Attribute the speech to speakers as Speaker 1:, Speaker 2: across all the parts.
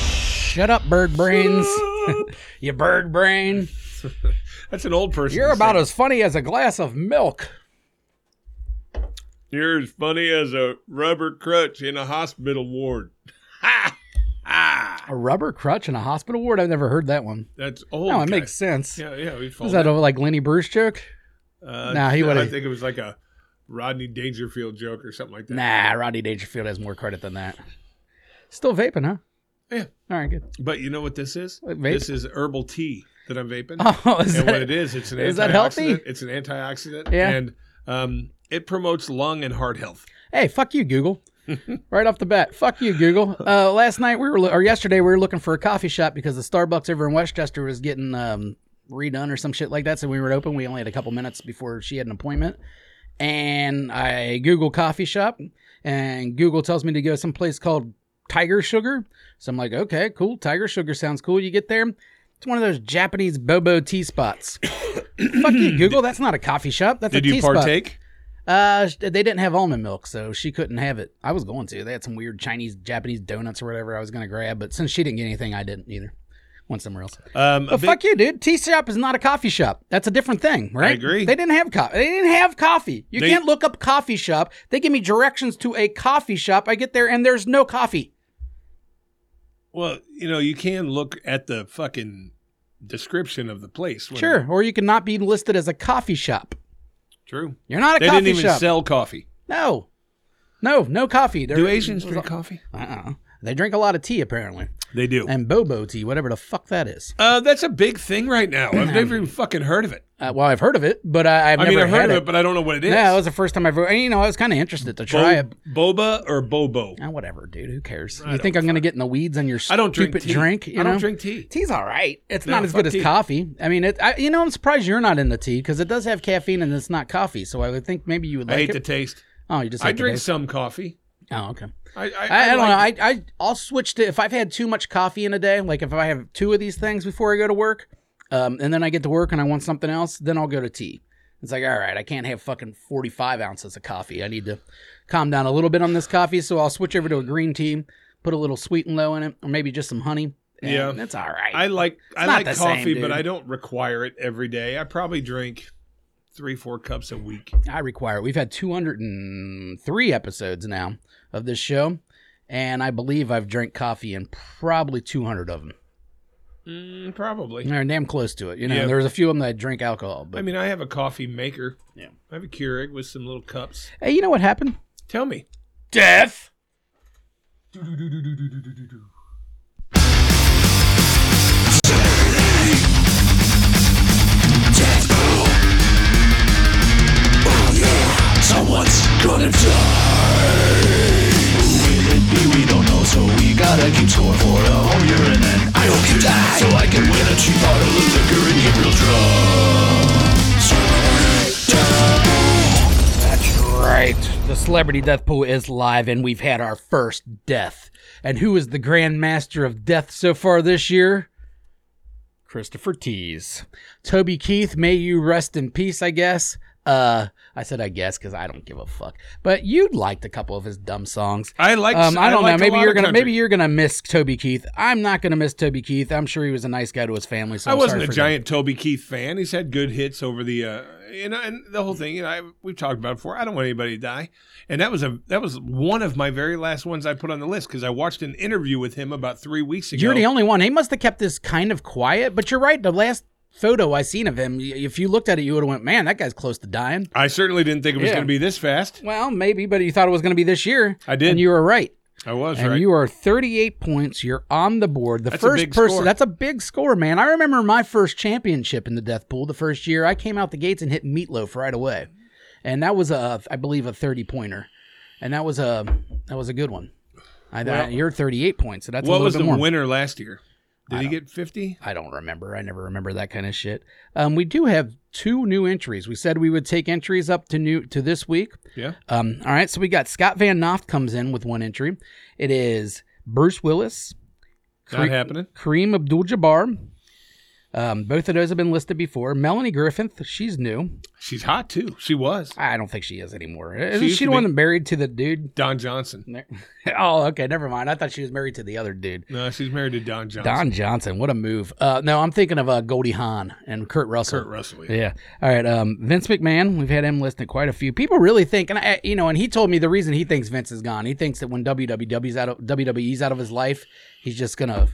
Speaker 1: Shut up, bird brains. you bird brain.
Speaker 2: That's an old person.
Speaker 1: You're about
Speaker 2: saying.
Speaker 1: as funny as a glass of milk.
Speaker 2: You're as funny as a rubber crutch in a hospital ward.
Speaker 1: A rubber crutch in a hospital ward? I've never heard that one.
Speaker 2: That's old.
Speaker 1: No, it
Speaker 2: guy.
Speaker 1: makes sense.
Speaker 2: Yeah, yeah. We
Speaker 1: Is that a like Lenny Bruce joke?
Speaker 2: Uh,
Speaker 1: Nah, he
Speaker 2: no, I
Speaker 1: would've-
Speaker 2: think it was like a Rodney Dangerfield joke or something like that.
Speaker 1: Nah, Rodney Dangerfield has more credit than that. Still vaping, huh?
Speaker 2: Yeah.
Speaker 1: All right, good.
Speaker 2: But you know what this is?
Speaker 1: Like vape?
Speaker 2: This is herbal tea that I'm vaping.
Speaker 1: Oh, is
Speaker 2: and what
Speaker 1: that,
Speaker 2: it is, it's an
Speaker 1: is
Speaker 2: antioxidant.
Speaker 1: that healthy?
Speaker 2: It's an antioxidant.
Speaker 1: Yeah.
Speaker 2: And um, it promotes lung and heart health.
Speaker 1: hey, fuck you, Google. right off the bat, fuck you, Google. Uh, last night we were, lo- or yesterday we were looking for a coffee shop because the Starbucks over in Westchester was getting um, redone or some shit like that. So we were open. We only had a couple minutes before she had an appointment. And I Google coffee shop, and Google tells me to go someplace called Tiger Sugar. So I'm like, okay, cool. Tiger Sugar sounds cool. You get there. It's one of those Japanese bobo tea spots. Fuck you, Google. That's not a coffee shop. That's
Speaker 2: Did
Speaker 1: a tea
Speaker 2: you
Speaker 1: spot.
Speaker 2: partake?
Speaker 1: Uh, sh- they didn't have almond milk, so she couldn't have it. I was going to. They had some weird Chinese, Japanese donuts or whatever I was going to grab, but since she didn't get anything, I didn't either. Went somewhere else.
Speaker 2: Um, a
Speaker 1: But
Speaker 2: big-
Speaker 1: fuck you, dude. Tea shop is not a coffee shop. That's a different thing, right?
Speaker 2: agree.
Speaker 1: They didn't have coffee. They didn't have coffee. You
Speaker 2: They-
Speaker 1: can't look up coffee shop. They give me directions to a coffee shop. I get there and there's no coffee.
Speaker 2: Well, you know, you can look at the fucking description of the place. when-
Speaker 1: Sure, or you can not be listed as a coffee shop.
Speaker 2: True.
Speaker 1: You're not a
Speaker 2: They
Speaker 1: coffee
Speaker 2: didn't even
Speaker 1: shop.
Speaker 2: sell coffee.
Speaker 1: no, no, no coffee. There-
Speaker 2: Do Asians drink coffee?
Speaker 1: Uh-uh. They drink a lot of tea apparently.
Speaker 2: They do.
Speaker 1: and bobo tea, whatever the fuck that is.
Speaker 2: Uh, that's a big thing right now. I've never even fucking heard of it.
Speaker 1: Uh, well, I've heard of it, but I, I've
Speaker 2: I
Speaker 1: Um, never
Speaker 2: mean, I've
Speaker 1: had
Speaker 2: heard of
Speaker 1: it.
Speaker 2: it, but I don't know what it is.
Speaker 1: yeah, that was the first time I've. and, You know, I was kind of interested to try it.
Speaker 2: Bo- boba or bobo.
Speaker 1: Ah, whatever, dude. Who cares?
Speaker 2: I
Speaker 1: you think
Speaker 2: don't
Speaker 1: I'm going to get in the weeds on your
Speaker 2: I don't drink
Speaker 1: stupid
Speaker 2: tea.
Speaker 1: drink? You
Speaker 2: I
Speaker 1: know,
Speaker 2: don't drink tea.
Speaker 1: tea's all right. It's
Speaker 2: No,
Speaker 1: not as good
Speaker 2: fuck
Speaker 1: as
Speaker 2: tea.
Speaker 1: coffee. I mean, it. I, you know, I'm surprised you're not into tea because it does have caffeine and it's not coffee. So I would think maybe you would
Speaker 2: I
Speaker 1: like
Speaker 2: hate
Speaker 1: it.
Speaker 2: the taste.
Speaker 1: oh, you just
Speaker 2: I
Speaker 1: hate the
Speaker 2: drink
Speaker 1: taste.
Speaker 2: some coffee.
Speaker 1: Oh, okay.
Speaker 2: I, I,
Speaker 1: I, I don't know.
Speaker 2: like
Speaker 1: I, I I'll switch to if I've had too much coffee in a day, like if I have two of these things before I go to work, um, and then I get to work and I want something else, then I'll go to tea. It's like, all right, I can't have fucking forty five ounces of coffee. I need to calm down a little bit on this coffee, so I'll switch over to a green tea, put a little sweet and low in it, or maybe just some honey. and
Speaker 2: Yeah.
Speaker 1: that's all right.
Speaker 2: I like I
Speaker 1: not
Speaker 2: like
Speaker 1: the same,
Speaker 2: coffee,
Speaker 1: dude.
Speaker 2: but I don't require it every day. I probably drink three, four cups a week.
Speaker 1: I require. We've had 203 episodes now of this show, and I believe I've drank coffee in probably 200 of them.
Speaker 2: Mm, probably.
Speaker 1: They're damn close to it. You know,
Speaker 2: Yeah.
Speaker 1: there was a few of them that drink alcohol, but
Speaker 2: I mean, I have a coffee maker.
Speaker 1: Yeah.
Speaker 2: I have a Keurig with some little cups.
Speaker 1: hey, you know what happened?
Speaker 2: Tell me.
Speaker 1: Death.
Speaker 3: Someone's gonna die. Will it be? We don't know, so we gotta keep score for a whole year, and then I hope you die, so I can win a cheap bottle of liquor and get real drunk.
Speaker 1: Right. The celebrity death pool is live, and we've had our first death. And who is the grand master of death so far this year? Christopher Tees. Toby Keith, may you rest in peace, I guess. Uh, I said I guess because I don't give a fuck. But you liked a couple of his dumb songs.
Speaker 2: I like.
Speaker 1: Um, I don't know.
Speaker 2: like a
Speaker 1: Maybe
Speaker 2: lot
Speaker 1: you're
Speaker 2: of
Speaker 1: gonna
Speaker 2: country.
Speaker 1: maybe you're gonna miss Toby Keith. I'm not gonna miss Toby Keith. I'm sure he was a nice guy to his family. So
Speaker 2: I
Speaker 1: I'm
Speaker 2: wasn't
Speaker 1: sorry
Speaker 2: a
Speaker 1: for
Speaker 2: giant Toby Keith fan. He's had good hits over the, uh, you know, and the whole thing. You know, I, we've talked about it before. I don't want anybody to die, and that was a that was one of my very last ones I put on the list because I watched an interview with him about three weeks ago.
Speaker 1: You're the only one. He must have kept this kind of quiet. But you're right. The last photo I seen of him, y- if you looked at it, you would have went, "Man, that guy's close to dying."
Speaker 2: I certainly didn't think it was
Speaker 1: Yeah.
Speaker 2: going to be this fast.
Speaker 1: Well, maybe, but you thought it was going to be this year.
Speaker 2: I did.
Speaker 1: And you were right.
Speaker 2: I was
Speaker 1: and
Speaker 2: right.
Speaker 1: you are 38 points. You're on the board. The
Speaker 2: That's a
Speaker 1: first
Speaker 2: big
Speaker 1: person.
Speaker 2: score.
Speaker 1: That's a big score, man. I remember my first championship in the death pool. The first year I came out the gates and hit meatloaf right away, and that was a, I believe, a 30 pointer, and that was a that was a good one. I,
Speaker 2: Well-
Speaker 1: you're 38 points. So that's a
Speaker 2: what
Speaker 1: little
Speaker 2: was
Speaker 1: bit
Speaker 2: the
Speaker 1: more.
Speaker 2: winner last year? Did he get fifty?
Speaker 1: I don't remember. I never remember that kind of shit. Um, we do have two new entries. We said we would take entries up to new to this week.
Speaker 2: Yeah.
Speaker 1: Um, all right, so we got Scott Van Noft comes in with one entry. It is Bruce Willis,
Speaker 2: Not happening.
Speaker 1: Kareem Abdul-Jabbar, Um, both of those have been listed before. Melanie Griffith, she's new.
Speaker 2: She's hot too. She was
Speaker 1: I don't think she is anymore. Isn't
Speaker 2: She
Speaker 1: she,
Speaker 2: used to
Speaker 1: the one
Speaker 2: be.
Speaker 1: that married to the dude?
Speaker 2: Don Johnson.
Speaker 1: oh, okay, never mind. I thought she was married to the other dude.
Speaker 2: No, she's married to Don Johnson.
Speaker 1: Don Johnson, what a move. Uh, no, I'm thinking of uh, Goldie Hawn and Kurt Russell.
Speaker 2: Kurt Russell. Yeah.
Speaker 1: Yeah. All right. Um, Vince McMahon, we've had him listed quite a few. People really think, and I, you know, and he told me the reason he thinks Vince is gone. He thinks that when WWW's out of WWE's out of his life, he's just gonna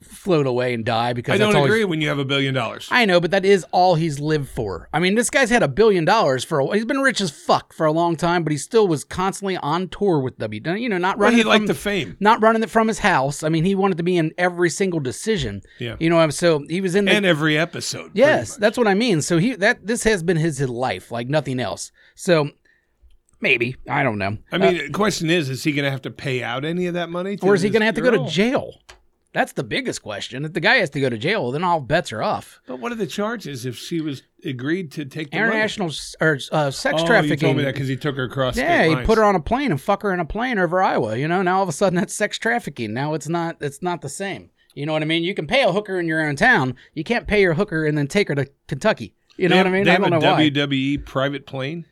Speaker 1: float away and die because
Speaker 2: I don't
Speaker 1: that's all he's-
Speaker 2: agree when you have a billion dollars.
Speaker 1: I know, but that is all he's lived for. I mean, this guy's had a billion dollars for a he's been rich as fuck for a long time, but he still was constantly on tour with W. You know, not
Speaker 2: But
Speaker 1: running
Speaker 2: he
Speaker 1: it
Speaker 2: liked
Speaker 1: from,
Speaker 2: the fame.
Speaker 1: not running it from his house. I mean, he wanted to be in every single decision.
Speaker 2: Yeah.
Speaker 1: You know, I'm- so he was in the
Speaker 2: And every episode. pretty
Speaker 1: Yes,
Speaker 2: much.
Speaker 1: that's what I mean. So he that this has been his life, like nothing else. So maybe I don't know.
Speaker 2: I mean, the question is, is he going to have to pay out any of that money? To
Speaker 1: or is he
Speaker 2: this
Speaker 1: going to have to go
Speaker 2: girl?
Speaker 1: to jail? That's the biggest question. If the guy has to go to jail, then all bets are off.
Speaker 2: But what are the charges if she was agreed to take the money?
Speaker 1: International s- or uh, sex
Speaker 2: oh,
Speaker 1: trafficking.
Speaker 2: You told me that because he took her across.
Speaker 1: yeah,
Speaker 2: state
Speaker 1: he
Speaker 2: lines.
Speaker 1: put her on a plane and fuck her in a plane over Iowa. You know, now all of a sudden that's sex trafficking. Now it's not. It's not the same. You know what I mean? You can pay a hooker in your own town. You can't pay your hooker and then take her to Kentucky. You know
Speaker 2: They
Speaker 1: what I
Speaker 2: have-
Speaker 1: mean?
Speaker 2: They
Speaker 1: I
Speaker 2: have
Speaker 1: don't
Speaker 2: a
Speaker 1: know why.
Speaker 2: WWE private plane.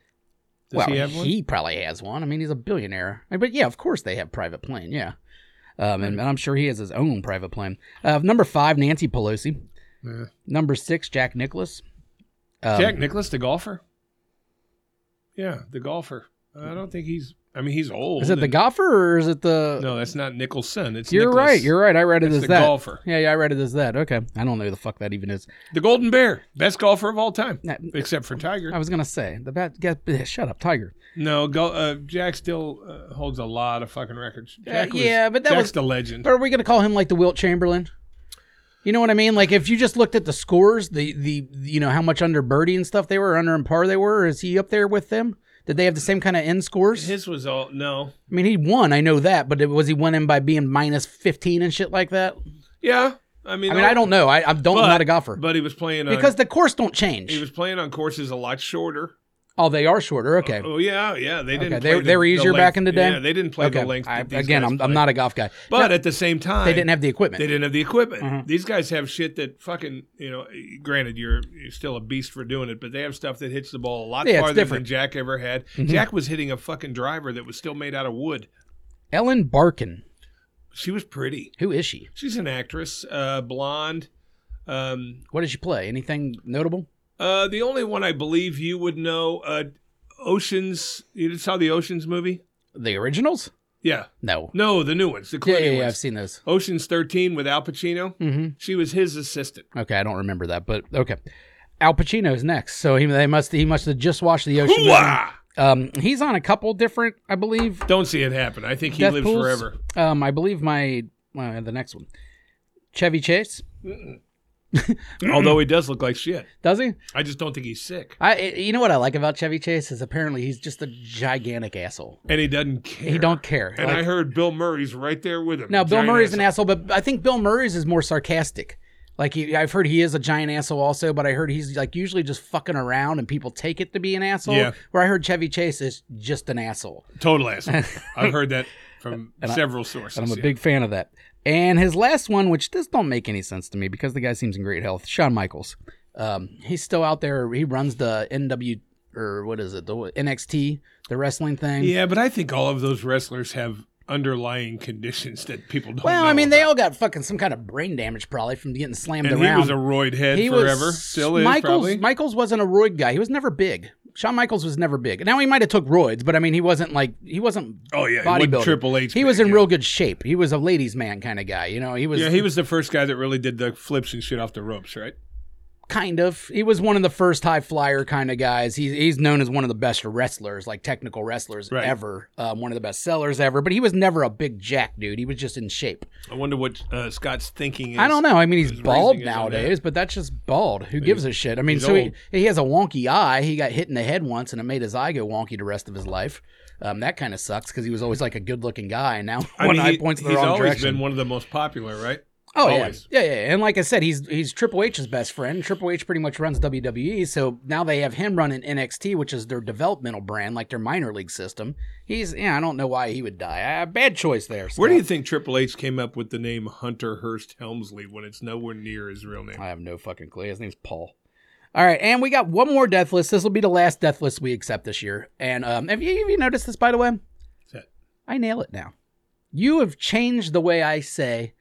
Speaker 2: Does
Speaker 1: well,
Speaker 2: he have one?
Speaker 1: probably has one. I mean, he's a billionaire. I mean, But yeah, of course they have private plane. Yeah. Um, and, and I'm sure he has his own private plane. Uh, number five, Nancy Pelosi.
Speaker 2: Yeah.
Speaker 1: Number six, Jack Nicholas. Um,
Speaker 2: Jack Nicholas, the golfer. Yeah, the golfer. I don't think he's. I mean, he's old.
Speaker 1: Is it the
Speaker 2: and-
Speaker 1: golfer or is it the?
Speaker 2: No, that's not Nicholson. It's
Speaker 1: you're
Speaker 2: Nicholas.
Speaker 1: right. You're right. I read it
Speaker 2: It's
Speaker 1: as
Speaker 2: the
Speaker 1: that.
Speaker 2: golfer.
Speaker 1: Yeah, yeah, I read it as that. Okay, I don't know who the fuck that even is.
Speaker 2: the Golden Bear, best golfer of all time,
Speaker 1: That-
Speaker 2: except for Tiger.
Speaker 1: I was gonna say the bat. Get, eh, shut up, Tiger.
Speaker 2: No, go, uh, Jack still uh, holds a lot of fucking records. Jack was,
Speaker 1: Uh, yeah, but that
Speaker 2: Jack's
Speaker 1: was-
Speaker 2: the legend.
Speaker 1: But are we gonna call him like the Wilt Chamberlain? You know what I mean? Like if you just looked at the scores, the the you know how much under birdie and stuff they were, under and par they were. Is he up there with them? Did they have the same kind of end scores?
Speaker 2: His was all no.
Speaker 1: I mean, he won. I know that, but it- was he winning by being minus fifteen and shit like that?
Speaker 2: Yeah, I mean,
Speaker 1: I mean, I don't know. I, I don't.
Speaker 2: But,
Speaker 1: I'm not a golfer
Speaker 2: But he was playing on,
Speaker 1: because the course don't
Speaker 2: he
Speaker 1: change.
Speaker 2: was playing on courses a lot shorter.
Speaker 1: Oh, they are shorter. Okay.
Speaker 2: Oh yeah, yeah. They didn't.
Speaker 1: Okay,
Speaker 2: play
Speaker 1: they-
Speaker 2: the-
Speaker 1: they were
Speaker 2: the
Speaker 1: easier back
Speaker 2: length.
Speaker 1: in the day?
Speaker 2: Yeah, they didn't play the length.
Speaker 1: I-
Speaker 2: that these
Speaker 1: again,
Speaker 2: guys
Speaker 1: I'm, I'm
Speaker 2: played.
Speaker 1: not a golf guy.
Speaker 2: But
Speaker 1: No,
Speaker 2: at the same time,
Speaker 1: they didn't have Mm-hmm. the equipment.
Speaker 2: They didn't have the equipment. These guys have shit that fucking you know. Granted, you're, you're still a beast for doing it, but they have stuff that hits the ball a lot
Speaker 1: Yeah, it's
Speaker 2: farther than
Speaker 1: different. Mm-hmm.
Speaker 2: Jack ever had. Jack was hitting a fucking driver that was still made out of wood.
Speaker 1: Ellen Barkin.
Speaker 2: She was pretty.
Speaker 1: Who is she?
Speaker 2: She's an actress, uh, blonde. Um,
Speaker 1: What did she play? Anything notable?
Speaker 2: uh, the only one I believe you would know, uh, Oceans. You saw the Oceans movie?
Speaker 1: The originals?
Speaker 2: Yeah.
Speaker 1: No.
Speaker 2: No, the new ones, the
Speaker 1: Yeah,
Speaker 2: Clooney
Speaker 1: yeah, yeah,
Speaker 2: ones.
Speaker 1: I've seen those.
Speaker 2: Oceans 13 with Al Pacino.
Speaker 1: Mm-hmm.
Speaker 2: She was his assistant.
Speaker 1: Okay, I don't remember that, but okay. Al Pacino's next, so he they must he must have just watched the ocean.
Speaker 2: Hoo-wah!
Speaker 1: Um, he's on a couple different, I believe.
Speaker 2: Don't see it happen. I think he
Speaker 1: Death
Speaker 2: lives
Speaker 1: pools.
Speaker 2: forever.
Speaker 1: Um, I believe my uh, the next one, Chevy Chase.
Speaker 2: Although he does look like shit.
Speaker 1: Does he?
Speaker 2: I just don't think he's sick.
Speaker 1: I you know what I like about Chevy Chase is apparently he's just a gigantic asshole.
Speaker 2: And he doesn't care.
Speaker 1: He don't care.
Speaker 2: And
Speaker 1: Like-
Speaker 2: I heard Bill Murray's right there with him.
Speaker 1: Now, Bill
Speaker 2: Giant
Speaker 1: Murray's an
Speaker 2: asshole.
Speaker 1: asshole, but I think Bill Murray's is more sarcastic. Like he, I've heard he is a giant asshole also, but I heard he's like usually just fucking around and people take it to be an asshole.
Speaker 2: Yeah.
Speaker 1: Where I heard Chevy Chase is just an asshole.
Speaker 2: total asshole. I've heard that from
Speaker 1: And I-
Speaker 2: several sources.
Speaker 1: And I'm a
Speaker 2: yeah.
Speaker 1: big fan of that. And his last one, which this don't make any sense to me because the guy seems in great health, Shawn Michaels. Um, he's still out there. He runs the NW or what is it, the NXT, the wrestling thing.
Speaker 2: Yeah, but I think all of those wrestlers have underlying conditions that people don't.
Speaker 1: Well, I
Speaker 2: know
Speaker 1: mean, they
Speaker 2: about.
Speaker 1: all got fucking some kind of brain damage probably from getting slammed
Speaker 2: And
Speaker 1: around.
Speaker 2: he was a roid head forever. Still is
Speaker 1: Michaels,
Speaker 2: probably.
Speaker 1: Michaels wasn't a roid guy. He was never big. Shawn Michaels was never big. Now he might have took roids, but I mean he wasn't like he wasn't.
Speaker 2: Oh, yeah, he wasn't
Speaker 1: bodybuilder.
Speaker 2: Triple H
Speaker 1: He was
Speaker 2: big,
Speaker 1: in
Speaker 2: yeah.
Speaker 1: real good shape. He was a ladies' man kind of guy. You know, he was.
Speaker 2: yeah, he was the first guy that really did the flips and shit off the ropes, right?
Speaker 1: kind of. He was one of the first high flyer kind of guys. He's he's known as one of the best wrestlers, like technical wrestlers
Speaker 2: Right.
Speaker 1: ever. Um, one of the best sellers ever. But he was never a big jack dude. He was just in shape.
Speaker 2: I wonder what uh, Scott's thinking is.
Speaker 1: I don't know. I mean, he's bald
Speaker 2: raising his own
Speaker 1: nowadays, but that's just bald. Who gives a shit? I mean,
Speaker 2: he's
Speaker 1: so he,
Speaker 2: old.
Speaker 1: he has a wonky eye. He got hit in the head once, and it made his eye go wonky the rest of his life. Um, that kind of sucks because he was always like a good-looking guy, and now
Speaker 2: I
Speaker 1: one
Speaker 2: mean,
Speaker 1: eye
Speaker 2: he-
Speaker 1: points in the
Speaker 2: he's
Speaker 1: wrong
Speaker 2: always
Speaker 1: direction.
Speaker 2: been one of the most popular, right?
Speaker 1: Oh yeah.
Speaker 2: Always.
Speaker 1: yeah, yeah, yeah. And like I said, he's he's Triple H's best friend. Triple H pretty much runs WWE, so now they have him running NXT, which is their developmental brand, like their minor league system. He's yeah, I don't know why he would die. Uh, bad choice there.
Speaker 2: Where do you
Speaker 1: Scott.
Speaker 2: think Triple H came up with the name Hunter Hurst Helmsley when it's nowhere near his real name?
Speaker 1: I have no fucking clue. His name's Paul. All right, and we got one more death list. This will be the last death list we accept this year. And um, have you have you noticed this by the way?
Speaker 2: that?
Speaker 1: I nail it now. You have changed the way I say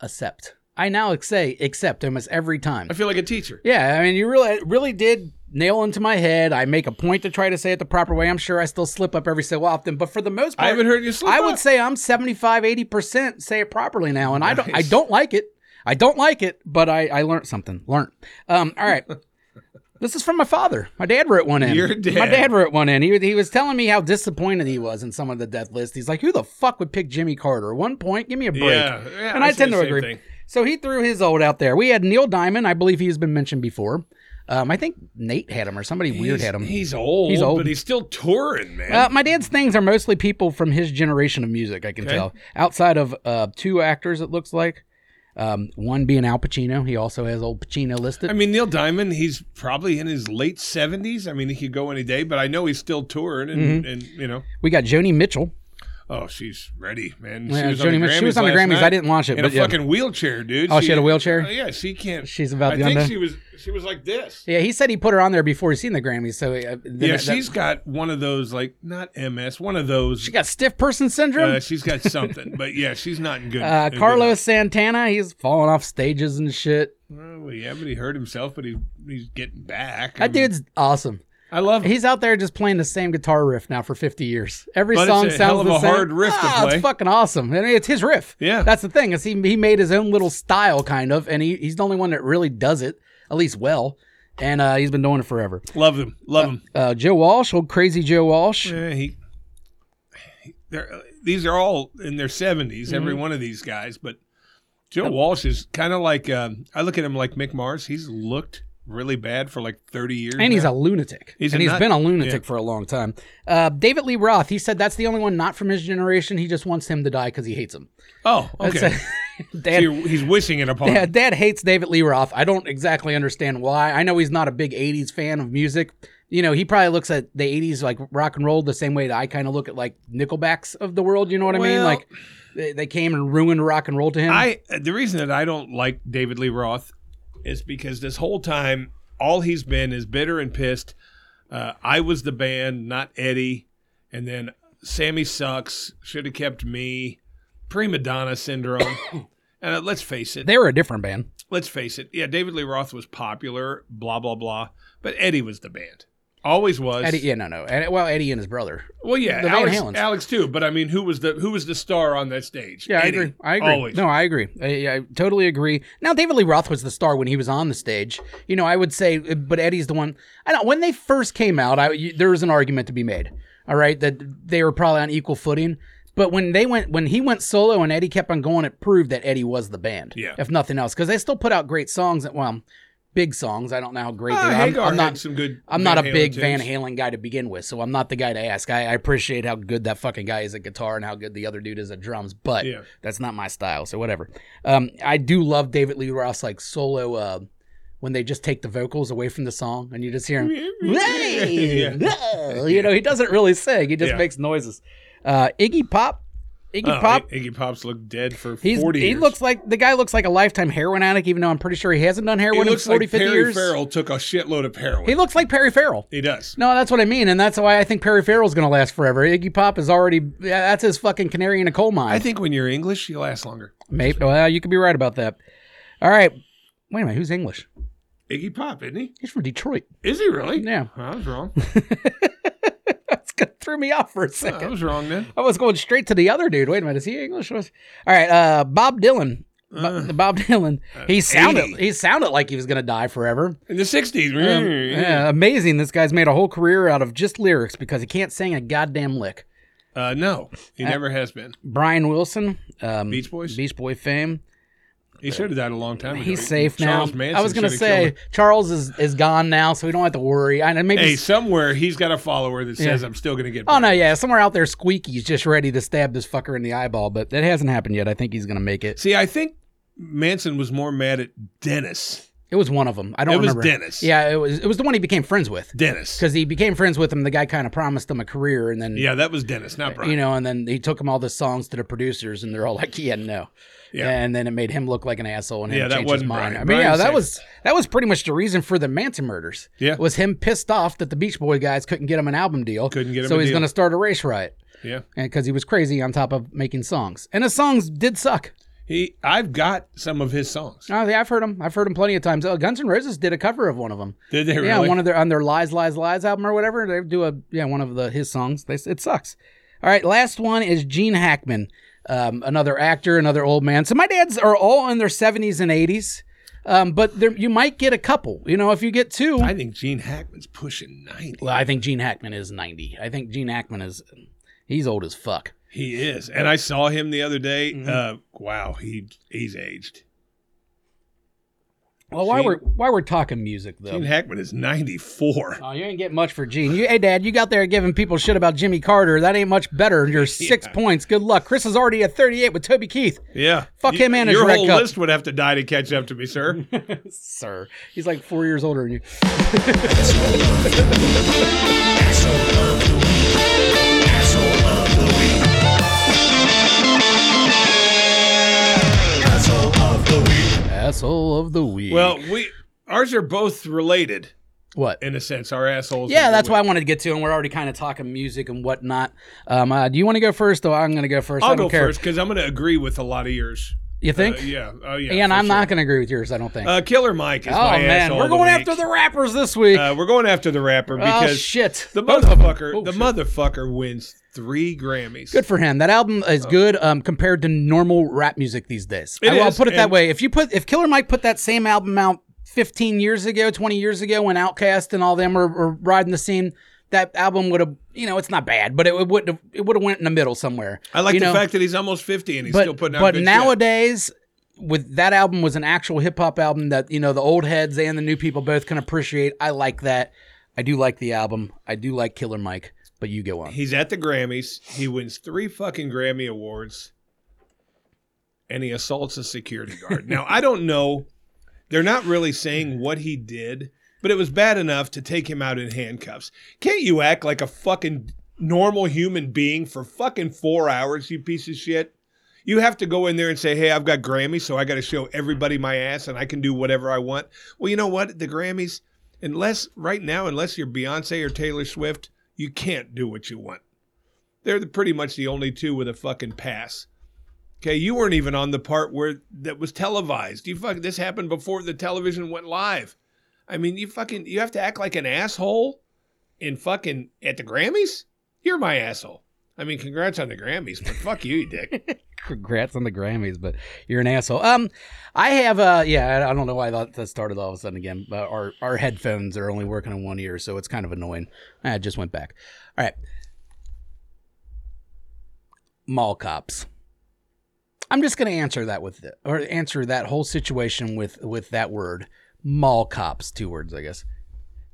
Speaker 1: accept. I now say accept almost every time.
Speaker 2: I feel like a teacher.
Speaker 1: Yeah, I mean, you really really did nail into my head. I make a point to try to say it the proper way. I'm sure I still slip up every so often, but for the most part,
Speaker 2: I haven't heard you slip
Speaker 1: I would
Speaker 2: up.
Speaker 1: say I'm 75, 80% say it properly now, and I don't I
Speaker 2: Nice.
Speaker 1: don't like it. I don't like it, but I I learned something. Learned. Um, all right. This is from my father. My dad wrote one in.
Speaker 2: Your
Speaker 1: My
Speaker 2: dad.
Speaker 1: dad wrote one in. He, he was telling me how disappointed he was in some of the death list. He's like, "Who the fuck would pick Jimmy Carter? One point, give me a break."
Speaker 2: Yeah, yeah,
Speaker 1: and I,
Speaker 2: I say
Speaker 1: tend
Speaker 2: the
Speaker 1: to
Speaker 2: same
Speaker 1: agree.
Speaker 2: thing.
Speaker 1: So he threw his old out there. We had Neil Diamond. I believe he's been mentioned before. Um, I think Nate had him or somebody weird had him.
Speaker 2: He's old,
Speaker 1: He's old.
Speaker 2: but he's still touring, man.
Speaker 1: Uh, my dad's things are mostly people from his generation of music. I can
Speaker 2: Okay.
Speaker 1: tell. Outside of uh, two actors, it looks like um, one being Al Pacino. He also has old Pacino listed.
Speaker 2: I mean, Neil Diamond, he's probably in his late 70s. I mean, he could go any day, but I know he's still touring and,
Speaker 1: Mm-hmm.
Speaker 2: and you know,
Speaker 1: we got Joni Mitchell.
Speaker 2: oh, she's ready, man.
Speaker 1: Yeah,
Speaker 2: she was
Speaker 1: Joni
Speaker 2: on the
Speaker 1: Mitchell-
Speaker 2: Grammys
Speaker 1: she was on the
Speaker 2: last
Speaker 1: Grammys.
Speaker 2: night
Speaker 1: I didn't watch it,
Speaker 2: In
Speaker 1: but
Speaker 2: a
Speaker 1: yeah.
Speaker 2: fucking wheelchair, dude.
Speaker 1: Oh, she had a wheelchair?
Speaker 2: Oh, yeah, she can't.
Speaker 1: She's about
Speaker 2: I
Speaker 1: the
Speaker 2: think
Speaker 1: under-
Speaker 2: she was she was like this.
Speaker 1: Yeah, he said he put her on there before he seen the Grammys. So uh,
Speaker 2: Yeah,
Speaker 1: that-
Speaker 2: she's got one of those like not MS, one of those.
Speaker 1: she got stiff person syndrome.
Speaker 2: uh, she's got something, but yeah, she's not in good.
Speaker 1: Uh,
Speaker 2: in good-
Speaker 1: Carlos Santana, he's falling off stages and shit.
Speaker 2: Well, yeah, but he hurt himself, but he he's getting back. I
Speaker 1: That
Speaker 2: mean,
Speaker 1: dude's awesome.
Speaker 2: I love him.
Speaker 1: He's out there just playing the same guitar riff now for 50 years. Every
Speaker 2: But it's
Speaker 1: song
Speaker 2: a
Speaker 1: sounds
Speaker 2: hell of
Speaker 1: the
Speaker 2: a
Speaker 1: same.
Speaker 2: hard riff to
Speaker 1: Ah,
Speaker 2: play.
Speaker 1: It's fucking awesome. I mean, it's his riff.
Speaker 2: Yeah.
Speaker 1: that's the thing. Is he he made his own little style kind of, and he, he's the only one that really does it at least well. And uh, he's been doing it forever.
Speaker 2: Love him. Love him.
Speaker 1: Uh, Joe Walsh, old crazy Joe Walsh.
Speaker 2: Yeah, Eh, he. They're, these are all in their 70s,
Speaker 1: Mm-hmm.
Speaker 2: every one of these guys. But Joe Walsh is kind of like um, I look at him like Mick Mars. He's looked really bad for like 30 years.
Speaker 1: And he's a
Speaker 2: now.
Speaker 1: lunatic.
Speaker 2: He's a
Speaker 1: and he's
Speaker 2: nut.
Speaker 1: been a lunatic for a long time. Uh, David Lee Roth, he said that's the only one not from his generation. He just wants him to die because he hates him.
Speaker 2: oh
Speaker 1: That's
Speaker 2: okay.
Speaker 1: it.
Speaker 2: So
Speaker 1: Dad,
Speaker 2: you're- he's wishing it upon.
Speaker 1: Yeah,
Speaker 2: him.
Speaker 1: Dad hates David Lee Roth. I don't exactly understand why. I know he's not a big '80s fan of music. You know, he probably looks at the '80s like rock and roll the same way that I kind of look at like Nickelbacks of the world. You know what I mean?
Speaker 2: Well-
Speaker 1: Like they, they came and ruined rock and roll to him.
Speaker 2: I the reason that I don't like David Lee Roth is because this whole time all he's been is bitter and pissed. Uh, I was the band, not Eddie, and then Sammy sucks. Should have kept me. Prima donna syndrome. and uh, let's face it.
Speaker 1: they were a different band.
Speaker 2: let's face it. Yeah, David Lee Roth was popular. Blah blah blah. But Eddie was the band. Always was.
Speaker 1: Eddie, yeah, no, no. Ed- well, Eddie and his brother.
Speaker 2: well, yeah,
Speaker 1: the Van
Speaker 2: Alex,
Speaker 1: Halens.
Speaker 2: Alex too. But I mean, who was the who was the star on that stage?
Speaker 1: Yeah, I
Speaker 2: Eddie.
Speaker 1: agree. I agree.
Speaker 2: Always.
Speaker 1: No, I agree. I, I totally agree. Now, David Lee Roth was the star when he was on the stage. You know, I would say, eh, but Eddie's the one. I don't. When they first came out, I, you, there was an argument to be made. All right, that they were probably on equal footing. But when they went, when he went solo and Eddie kept on going, it proved that Eddie was the band.
Speaker 2: Yeah.
Speaker 1: If nothing else, because they still put out great songs. That well, big songs. I don't know how great
Speaker 2: Uh,
Speaker 1: they are. I'm-
Speaker 2: Hagar
Speaker 1: I'm,
Speaker 2: had
Speaker 1: not.
Speaker 2: some good.
Speaker 1: I'm not a
Speaker 2: Van Halen
Speaker 1: big
Speaker 2: tunes.
Speaker 1: Van Halen guy to begin with, so I'm not the guy to ask. I, I appreciate how good that fucking guy is at guitar and how good the other dude is at drums, but
Speaker 2: Yeah.
Speaker 1: that's not my style, so whatever. Um, I do love David Lee Roth's like solo uh, when they just take the vocals away from the song and you just hear him,
Speaker 2: Yeah.
Speaker 1: "Whoa," you know, he doesn't really sing, he just
Speaker 2: Yeah.
Speaker 1: makes noises. Uh, Iggy Pop, Iggy
Speaker 2: Oh,
Speaker 1: Pop,
Speaker 2: I- Iggy Pop's looked dead for
Speaker 1: he's,
Speaker 2: 40 years.
Speaker 1: he looks like the guy looks like a lifetime heroin addict, even though I'm pretty sure he hasn't done
Speaker 2: He
Speaker 1: heroin in
Speaker 2: looks
Speaker 1: 40,
Speaker 2: like
Speaker 1: 50
Speaker 2: Perry
Speaker 1: years.
Speaker 2: Farrell took a shitload of heroin.
Speaker 1: He
Speaker 2: He,
Speaker 1: looks like Perry Farrell.
Speaker 2: does.
Speaker 1: No, that's what I mean, and that's why I think Perry Farrell's going to last forever. Iggy Pop is already—that's his fucking canary in a coal mine.
Speaker 2: I think when you're English, you last longer.
Speaker 1: Maybe. Well, you could be right about that. All right. Wait a minute. Who's English?
Speaker 2: Iggy Pop, isn't he?
Speaker 1: He's from Detroit.
Speaker 2: Is he really?
Speaker 1: Yeah.
Speaker 2: I was wrong.
Speaker 1: That's gonna threw me off for a
Speaker 2: I
Speaker 1: second.
Speaker 2: was wrong then.
Speaker 1: I was going straight to the other dude. Wait a minute. Is he English? Was- All right. Uh, Bob Dylan. Bo-
Speaker 2: Uh.
Speaker 1: Bob Dylan. He sounded.
Speaker 2: 80.
Speaker 1: He sounded like he was gonna die forever.
Speaker 2: In the 60s.
Speaker 1: Um, yeah, amazing. This guy's made a whole career out of just lyrics because he can't sing a goddamn lick.
Speaker 2: Uh, no, he never has been.
Speaker 1: Brian Wilson. Um,
Speaker 2: Beach Boys?
Speaker 1: Beach Boy fame.
Speaker 2: He should have died a long time ago.
Speaker 1: He's
Speaker 2: He-
Speaker 1: safe now.
Speaker 2: Charles Manson
Speaker 1: I was gonna
Speaker 2: should have killed
Speaker 1: say
Speaker 2: him.
Speaker 1: Charles is, is gone now, so we don't have to worry. I maybe
Speaker 2: Hey, somewhere he's got a follower that says, I'm still going to get
Speaker 1: Oh no,
Speaker 2: burned."
Speaker 1: yeah, somewhere out there, Squeaky's just ready to stab this fucker in the eyeball, but that hasn't happened yet. I think he's gonna make it.
Speaker 2: See, I think Manson was more mad at Dennis.
Speaker 1: It was one of them. I don't
Speaker 2: It was
Speaker 1: remember.
Speaker 2: Dennis.
Speaker 1: Yeah, it was. It was the one he became friends with
Speaker 2: Dennis.
Speaker 1: because he became friends with him. The guy kind of promised him a career, and then
Speaker 2: Yeah, that was Dennis, not Brian.
Speaker 1: you know, and then he took him all the songs to the producers, and they're all like, "Yeah, no."
Speaker 2: Yeah.
Speaker 1: And then it made him look like an asshole, and him
Speaker 2: Yeah, that
Speaker 1: change his
Speaker 2: wasn't
Speaker 1: mind.
Speaker 2: Brian.
Speaker 1: I mean,
Speaker 2: Brian
Speaker 1: yeah, that
Speaker 2: saved
Speaker 1: was that was pretty much the reason for the Manson murders.
Speaker 2: Yeah.
Speaker 1: was him pissed off that the Beach Boy guys couldn't get him an album deal.
Speaker 2: Couldn't get him
Speaker 1: so
Speaker 2: a
Speaker 1: he's
Speaker 2: deal.
Speaker 1: going to start a race riot,
Speaker 2: yeah.
Speaker 1: and because he was crazy on top of making songs, and his songs did suck.
Speaker 2: He I've got some of his songs.
Speaker 1: Oh, yeah, I've heard him. I've heard him plenty of times. Uh, Guns N' Roses did a cover of one of them.
Speaker 2: Did they
Speaker 1: Yeah,
Speaker 2: really?
Speaker 1: one of their on their Lies, Lies, Lies album or whatever. They do a yeah one of the his songs. They, it sucks. All right, last one is Gene Hackman, um, another actor, another old man. So my dads are all in their seventies and eighties, um, but there, you might get a couple. You know, if you get two,
Speaker 2: I think Gene Hackman's pushing 90.
Speaker 1: well, I think Gene Hackman is ninety. I think Gene Hackman is he's old as fuck.
Speaker 2: He is. And I saw him the other day.
Speaker 1: Mm-hmm.
Speaker 2: Uh, wow, he he's aged.
Speaker 1: Well, why
Speaker 2: Gene-
Speaker 1: we're why we're talking music though.
Speaker 2: Gene Hackman is 94.
Speaker 1: Oh, you ain't getting much for Gene. You, hey, Dad, you got there giving people shit about Jimmy Carter. That ain't much better. You're six points. Good luck. Chris is already at 38 with Toby Keith.
Speaker 2: Yeah.
Speaker 1: Fuck him and his
Speaker 2: Your
Speaker 1: Red
Speaker 2: whole
Speaker 1: Cup.
Speaker 2: list would have to die to catch up to me, sir.
Speaker 1: Sir. He's like four years older than you. Asshole of the week.
Speaker 2: well, we ours are both related
Speaker 1: what?
Speaker 2: in a sense. Our assholes.
Speaker 1: Yeah, that's why I wanted to get to, and we're already kind of talking music and whatnot. Um, uh, do you want to go first, or I'm going to go first? I
Speaker 2: I'll
Speaker 1: don't
Speaker 2: go
Speaker 1: care.
Speaker 2: first because I'm going to agree with a lot of yours.
Speaker 1: You think?
Speaker 2: Uh, yeah. Oh yeah.
Speaker 1: and
Speaker 2: for
Speaker 1: I'm
Speaker 2: sure.
Speaker 1: not going to agree with yours. I don't think.
Speaker 2: Uh, Killer Mike is
Speaker 1: oh
Speaker 2: my
Speaker 1: man,
Speaker 2: asshole.
Speaker 1: we're
Speaker 2: of the
Speaker 1: going
Speaker 2: week.
Speaker 1: after the rappers this week.
Speaker 2: Uh, we're going after the rapper because
Speaker 1: oh shit!
Speaker 2: the
Speaker 1: Both of them.
Speaker 2: motherfucker,
Speaker 1: Oh,
Speaker 2: the
Speaker 1: shit.
Speaker 2: motherfucker wins three Grammys.
Speaker 1: Good for him. That album is good um, compared to normal rap music these days.
Speaker 2: Oh. It
Speaker 1: I, will
Speaker 2: is,
Speaker 1: put it that
Speaker 2: and-
Speaker 1: way. If you put if Killer Mike put that same album out 15 years ago, 20 years ago, when Outkast and all them were, were riding the scene, that album would have you know it's not bad, but it, would would it would have went in the middle somewhere.
Speaker 2: I like
Speaker 1: you
Speaker 2: the
Speaker 1: know?
Speaker 2: fact that he's almost fifty and he's
Speaker 1: but
Speaker 2: still putting out.
Speaker 1: but
Speaker 2: good shit.
Speaker 1: nowadays. With that album was an actual hip hop album that you know the old heads and the new people both can appreciate. I like that. I do like the album. I do like Killer Mike. But you go on.
Speaker 2: he's at the Grammys. He wins three fucking Grammy awards, and he assaults a security guard. now I don't know. They're not really saying what he did, but it was bad enough to take him out in handcuffs. Can't you act like a fucking normal human being for fucking four hours, you piece of shit? You have to go in there and say, "Hey, I've got Grammys, so I got to show everybody my ass, and I can do whatever I want." Well, you know what? The Grammys, unless right now, unless you're Beyonce or Taylor Swift, you can't do what you want. They're the, pretty much the only two with a fucking pass. Okay, you weren't even on the part where that was televised. You fucking this happened before the television went live. I mean, you fucking you have to act like an asshole in fucking at the Grammys. You're my asshole. I mean, congrats on the Grammys, but fuck you, you dick.
Speaker 1: congrats on the Grammys, but you're an asshole. Um, I have uh, yeah, I I don't know why that that started all of a sudden again. But our our headphones are only working on one ear, so it's kind of annoying. I just went back. All right, mall cops. I'm just gonna answer that with the, or answer that whole situation with with that word mall cops. Two words, I guess.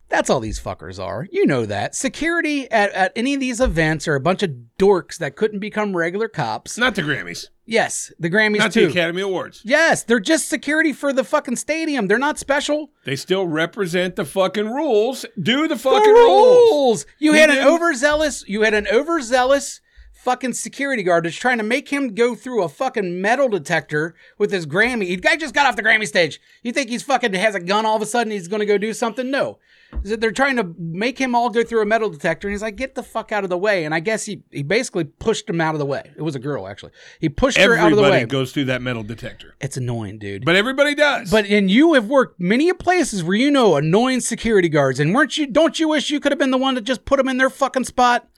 Speaker 1: That's all these fuckers are. You know that. Security at, at any of these events are a bunch of dorks that couldn't become regular cops.
Speaker 2: It's not the Grammys,
Speaker 1: Yes, the Grammys
Speaker 2: not
Speaker 1: too.
Speaker 2: the Academy Awards.
Speaker 1: yes, they're just security for the fucking stadium. They're not special.
Speaker 2: They still represent the fucking rules. Do the
Speaker 1: The
Speaker 2: fucking rules.
Speaker 1: rules. You
Speaker 2: He
Speaker 1: had an
Speaker 2: didn't-
Speaker 1: overzealous. You had an overzealous fucking security guard that's trying to make him go through a fucking metal detector with his Grammy. The guy just got off the Grammy stage. You think he's fucking has a gun all of a sudden? He's going to go do something? No. So They're trying to make him all go through a metal detector, and he's like, "Get the fuck out of the way!" And I guess he he basically pushed him out of the way. It was a girl, actually. He pushed her out of the
Speaker 2: Everybody
Speaker 1: way.
Speaker 2: goes through that metal detector,
Speaker 1: it's annoying, dude.
Speaker 2: but everybody does.
Speaker 1: But and you have worked many a places where you know annoying security guards, and weren't you? Don't you wish you could have been the one to just put them in their fucking spot?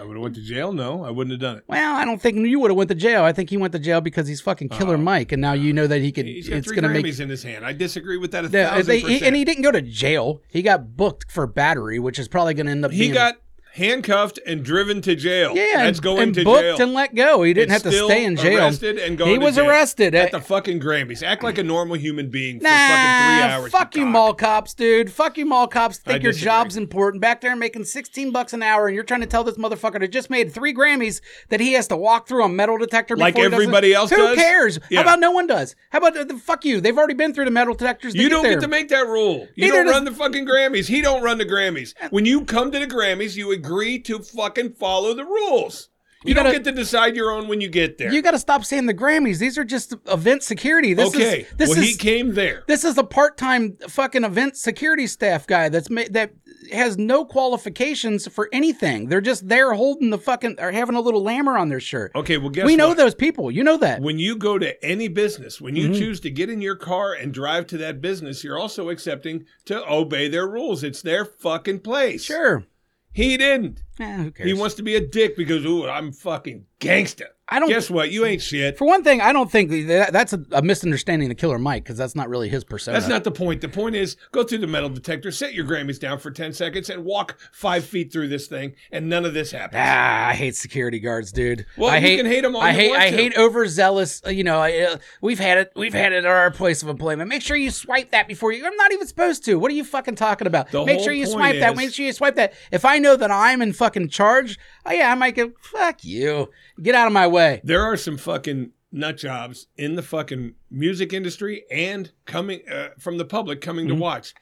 Speaker 2: I would have went to jail. No, I wouldn't have done it.
Speaker 1: Well, I don't think you would have went to jail. I think he went to jail because he's fucking Killer Mike, and now you know that he could.
Speaker 2: Uh-huh. He's got
Speaker 1: It's
Speaker 2: three
Speaker 1: gonna
Speaker 2: Grammys
Speaker 1: make.
Speaker 2: in his hand. I disagree with that a
Speaker 1: Yeah,
Speaker 2: thousand
Speaker 1: they- he-
Speaker 2: percent.
Speaker 1: and he didn't go to jail. He got booked for battery, which is probably going to end up.
Speaker 2: he
Speaker 1: being,
Speaker 2: got handcuffed and driven to jail.
Speaker 1: Yeah,
Speaker 2: that's
Speaker 1: and-
Speaker 2: going
Speaker 1: and
Speaker 2: to
Speaker 1: booked
Speaker 2: jail.
Speaker 1: and let go. He didn't
Speaker 2: And
Speaker 1: have to
Speaker 2: still
Speaker 1: stay in jail.
Speaker 2: Arrested and going
Speaker 1: he
Speaker 2: to
Speaker 1: was
Speaker 2: jail
Speaker 1: arrested Uh,
Speaker 2: at the fucking Grammys. Act like a normal human being for
Speaker 1: Nah,
Speaker 2: fucking three hours.
Speaker 1: fuck you,
Speaker 2: cock.
Speaker 1: mall cops, dude. Fuck you, mall cops.
Speaker 2: I
Speaker 1: Think your
Speaker 2: disagree.
Speaker 1: job's important. Back there making 16 bucks an hour, and you're trying to tell this motherfucker that just made three Grammys that he has to walk through a metal detector
Speaker 2: Like
Speaker 1: before he does it?
Speaker 2: everybody else
Speaker 1: Who
Speaker 2: does?
Speaker 1: cares?
Speaker 2: Yeah.
Speaker 1: How about no one does? How about uh, the, fuck you? They've already been through the metal detectors. They
Speaker 2: You don't
Speaker 1: there.
Speaker 2: get to make that rule. You
Speaker 1: Neither
Speaker 2: don't
Speaker 1: does-
Speaker 2: run the fucking Grammys. He don't run the Grammys. When you come to the Grammys, you agree to fucking follow the rules. You,
Speaker 1: You
Speaker 2: don't
Speaker 1: gotta-
Speaker 2: get to decide your own when you get there.
Speaker 1: You got to stop saying the Grammys. These are just event security. This
Speaker 2: okay.
Speaker 1: is this
Speaker 2: well,
Speaker 1: is
Speaker 2: he came there.
Speaker 1: This is a part-time fucking event security staff guy that's ma- that has no qualifications for anything. They're just there holding the fucking or having a little lammer on their shirt.
Speaker 2: Okay, well guess
Speaker 1: we know
Speaker 2: what?
Speaker 1: those people. You know that.
Speaker 2: When you go to any business, when you
Speaker 1: Mm-hmm.
Speaker 2: choose to get in your car and drive to that business, you're also accepting to obey their rules. It's their fucking place.
Speaker 1: sure.
Speaker 2: He didn't.
Speaker 1: Eh, who cares?
Speaker 2: He wants to be a dick because ooh, I'm fucking gangster.
Speaker 1: I don't-
Speaker 2: Guess what? You ain't shit.
Speaker 1: for one thing, I don't think that, that's a, a misunderstanding of Killer Mike because that's not really his persona.
Speaker 2: That's not the point. The point is go through the metal detector, set your Grammys down for 10 seconds, and walk five feet through this thing, and none of this happens.
Speaker 1: Ah, I hate security guards, dude.
Speaker 2: Well,
Speaker 1: I
Speaker 2: you can hate 'em all
Speaker 1: I
Speaker 2: you
Speaker 1: hate.
Speaker 2: want
Speaker 1: I
Speaker 2: to.
Speaker 1: hate overzealous. uh, You know, I, uh, we've had it. We've had it at our place of employment. Make sure you swipe that before you. I'm not even supposed to. What are you fucking talking about?
Speaker 2: The
Speaker 1: Make
Speaker 2: whole
Speaker 1: sure you
Speaker 2: point
Speaker 1: swipe that.
Speaker 2: is-
Speaker 1: Make sure you swipe that. If I know that I'm in fucking charge, oh yeah, I might go. Fuck you. Get out of my way.
Speaker 2: There are some fucking nut jobs in the fucking music industry and coming uh, from the public coming
Speaker 1: Mm-hmm.
Speaker 2: to watch.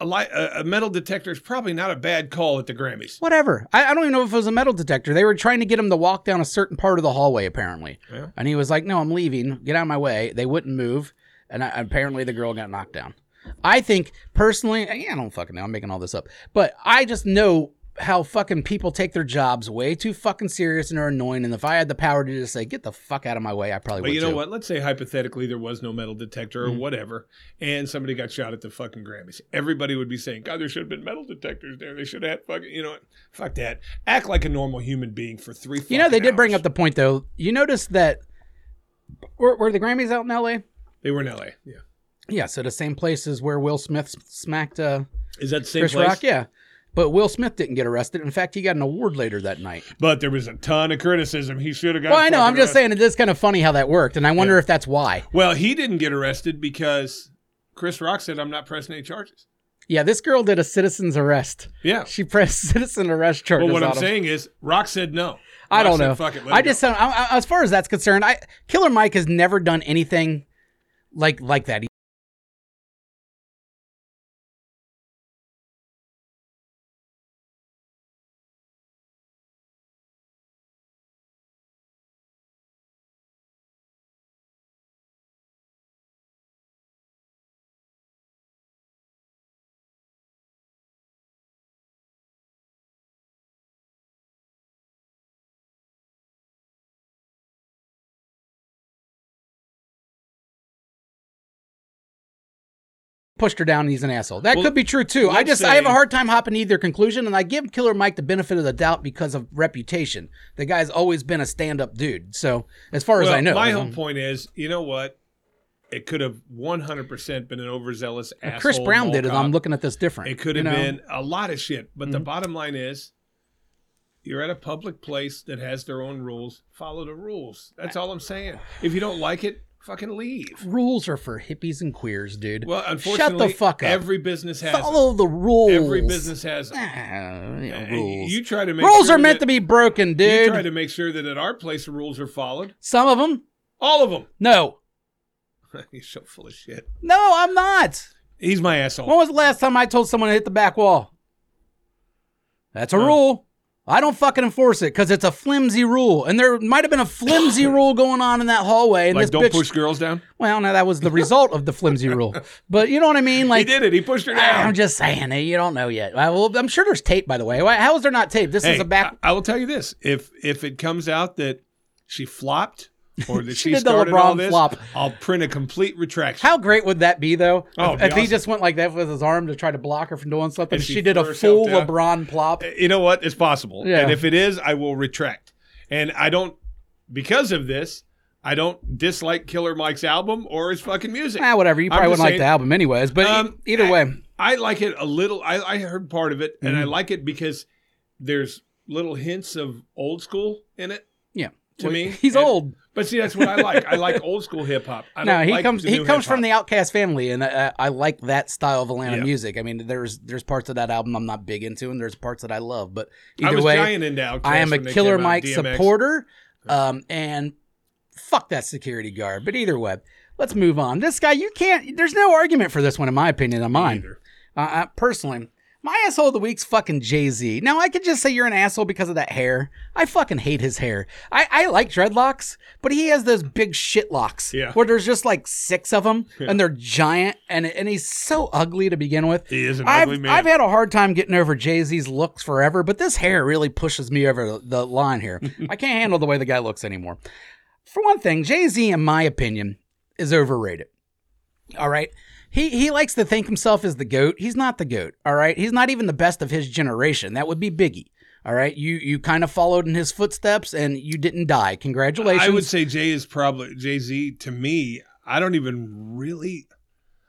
Speaker 2: A, li- a, a metal detector is probably not a bad call at the Grammys.
Speaker 1: Whatever. I, I don't even know if it was a metal detector. They were trying to get him to walk down a certain part of the hallway, apparently.
Speaker 2: Yeah.
Speaker 1: And he was like, "No, I'm leaving. Get out of my way." They wouldn't move, and I, apparently the girl got knocked down. I think personally, and yeah, I don't fucking know. I'm making all this up, but I just know how fucking people take their jobs way too fucking serious and are annoying. And if I had the power to just say, "Get the fuck out of my way," I probably
Speaker 2: But
Speaker 1: would. Mm-hmm.
Speaker 2: you know
Speaker 1: too.
Speaker 2: what? Let's say hypothetically there was no metal detector or whatever, and somebody got shot at the fucking Grammys. Everybody would be saying, "God, there should have been metal detectors there. They should have had fucking, you know, fuck that. Act like a normal human being for three.
Speaker 1: You know, they
Speaker 2: fucking
Speaker 1: did bring
Speaker 2: hours."
Speaker 1: up the point though. You notice that were, were the Grammys out in L.A.?
Speaker 2: They were in L.A. Yeah,
Speaker 1: Yeah, so the same place as where Will Smith s- smacked. Uh,
Speaker 2: is that the same
Speaker 1: Chris
Speaker 2: place?
Speaker 1: Rock, yeah. But Will Smith didn't get arrested. In fact, he got an award later that night.
Speaker 2: But there was a ton of criticism. He should have got.
Speaker 1: Well, I know. I'm
Speaker 2: fucking
Speaker 1: just
Speaker 2: arrested.
Speaker 1: saying it is kind of funny how that worked, and I wonder if that's why.
Speaker 2: Well, he didn't get arrested because Chris Rock said, "I'm not pressing any charges."
Speaker 1: Yeah, this girl did a citizen's arrest.
Speaker 2: Yeah.
Speaker 1: She pressed citizen arrest charges.
Speaker 2: But what
Speaker 1: on
Speaker 2: I'm
Speaker 1: him.
Speaker 2: saying is, Rock said no.
Speaker 1: I
Speaker 2: Rock
Speaker 1: don't
Speaker 2: said,
Speaker 1: know.
Speaker 2: Fuck it. let
Speaker 1: I
Speaker 2: it go."
Speaker 1: just sound, I, I- as far as that's concerned, I Killer Mike has never done anything like like that. He- pushed her down and he's an asshole. That
Speaker 2: Well,
Speaker 1: could be true too. I
Speaker 2: let's
Speaker 1: just I have a
Speaker 2: say-
Speaker 1: hard time hopping to either conclusion, and I give Killer Mike the benefit of the doubt because of reputation. The guy's always been a stand up dude. So as far as
Speaker 2: Well,
Speaker 1: I know,
Speaker 2: My
Speaker 1: um,
Speaker 2: whole point is, you know what? It could have 100% been an overzealous asshole.
Speaker 1: Chris Brown
Speaker 2: mall
Speaker 1: did it.
Speaker 2: cop.
Speaker 1: I'm looking at this different.
Speaker 2: It could
Speaker 1: you
Speaker 2: have
Speaker 1: know? Mm-hmm.
Speaker 2: been a lot of shit. But the bottom line is, you're at a public place that has their own rules. Follow the rules. That's all I'm saying. If you don't like it, fucking leave.
Speaker 1: Rules are for hippies and queers, dude.
Speaker 2: Well,
Speaker 1: shut
Speaker 2: unfortunately,
Speaker 1: the fuck up.
Speaker 2: every business has them.
Speaker 1: Follow the rules.
Speaker 2: Every business has them.
Speaker 1: Ah, you know,
Speaker 2: And
Speaker 1: rules.
Speaker 2: Uh, You try to make
Speaker 1: rules
Speaker 2: sure
Speaker 1: are meant
Speaker 2: that-
Speaker 1: to be broken,
Speaker 2: You
Speaker 1: dude.
Speaker 2: try to make sure that at our place rules are followed.
Speaker 1: Some of them,
Speaker 2: All of them.
Speaker 1: no,
Speaker 2: You're so full of shit.
Speaker 1: no, I'm not.
Speaker 2: He's my asshole.
Speaker 1: When was the last time I told someone to hit the back wall? That's a
Speaker 2: Huh.
Speaker 1: rule. I don't fucking enforce it because it's a flimsy rule, and there might have been a flimsy rule going on in that hallway. And
Speaker 2: like,
Speaker 1: this
Speaker 2: don't
Speaker 1: bitch,
Speaker 2: push girls down.
Speaker 1: well, now that was the result of the flimsy rule, but you know what I mean? Like,
Speaker 2: he did it. He pushed her down.
Speaker 1: I'm just saying, eh, you don't know yet. I, well, I'm sure there's tape, by the way. Why- How is there not tape? This
Speaker 2: hey,
Speaker 1: is a back.
Speaker 2: I, I will tell you this: if if it comes out that she flopped or that
Speaker 1: She
Speaker 2: she,
Speaker 1: did the
Speaker 2: started all
Speaker 1: LeBron
Speaker 2: this,
Speaker 1: flop.
Speaker 2: I'll print a complete retraction.
Speaker 1: How great would that be, though?
Speaker 2: Oh,
Speaker 1: if
Speaker 2: it'd be
Speaker 1: if he
Speaker 2: awesome.
Speaker 1: just went like that with his arm to try to block her from doing something,
Speaker 2: And
Speaker 1: she,
Speaker 2: she
Speaker 1: did a
Speaker 2: threw herself
Speaker 1: full
Speaker 2: down.
Speaker 1: LeBron plop.
Speaker 2: Uh, you know what? It's possible.
Speaker 1: Yeah.
Speaker 2: And if it is, I will retract. And I don't because of this. I don't dislike Killer Mike's album or his fucking music.
Speaker 1: Ah, whatever. You
Speaker 2: I'm
Speaker 1: probably wouldn't
Speaker 2: just
Speaker 1: like
Speaker 2: saying-
Speaker 1: the album, anyways. But e-
Speaker 2: Um,
Speaker 1: either
Speaker 2: I-
Speaker 1: way, Mm-hmm.
Speaker 2: I like it a little. I, I heard part of it, and I like it because there's little hints of old school in it.
Speaker 1: Yeah.
Speaker 2: To
Speaker 1: Well,
Speaker 2: me,
Speaker 1: he's
Speaker 2: And-
Speaker 1: old.
Speaker 2: But see, that's what I like. I like old school hip hop. I
Speaker 1: No,
Speaker 2: don't
Speaker 1: he
Speaker 2: like
Speaker 1: comes.
Speaker 2: the
Speaker 1: He
Speaker 2: new
Speaker 1: comes
Speaker 2: hip-hop.
Speaker 1: from the Outcast family, and uh, I, I like that style of Atlanta
Speaker 2: Yeah.
Speaker 1: music. I mean, there's there's parts of that album I'm not big into, and there's parts that I love. But
Speaker 2: I
Speaker 1: either
Speaker 2: was
Speaker 1: way,
Speaker 2: giant into Outkast
Speaker 1: I am a
Speaker 2: when they
Speaker 1: Killer
Speaker 2: came out,
Speaker 1: Mike
Speaker 2: DMX.
Speaker 1: supporter, um, and fuck that security guard. But either way, let's move on. This guy, you can't. There's no argument for this one, in my opinion. On mine,
Speaker 2: Either.
Speaker 1: uh, uh, personally, my asshole of the week's fucking Jay Z. Now I could just say you're an asshole because of that hair. I fucking hate his hair. I, I like dreadlocks, but he has those big shit locks
Speaker 2: Yeah.
Speaker 1: where there's just like six of them, and they're giant, and and he's so ugly to begin with.
Speaker 2: He is an
Speaker 1: I've,
Speaker 2: ugly man.
Speaker 1: I've had a hard time getting over Jay Z's looks forever, but this hair really pushes me over the, the line here. I can't handle the way the guy looks anymore. For one thing, Jay Z, in my opinion, is overrated. All right. He, he likes to think himself as the goat. He's not the goat. All right. He's not even the best of his generation. That would be Biggie. All right. You you kind of followed in his footsteps and you didn't die. Congratulations.
Speaker 2: I would say Jay is probably Jay Z. To me, I don't even really.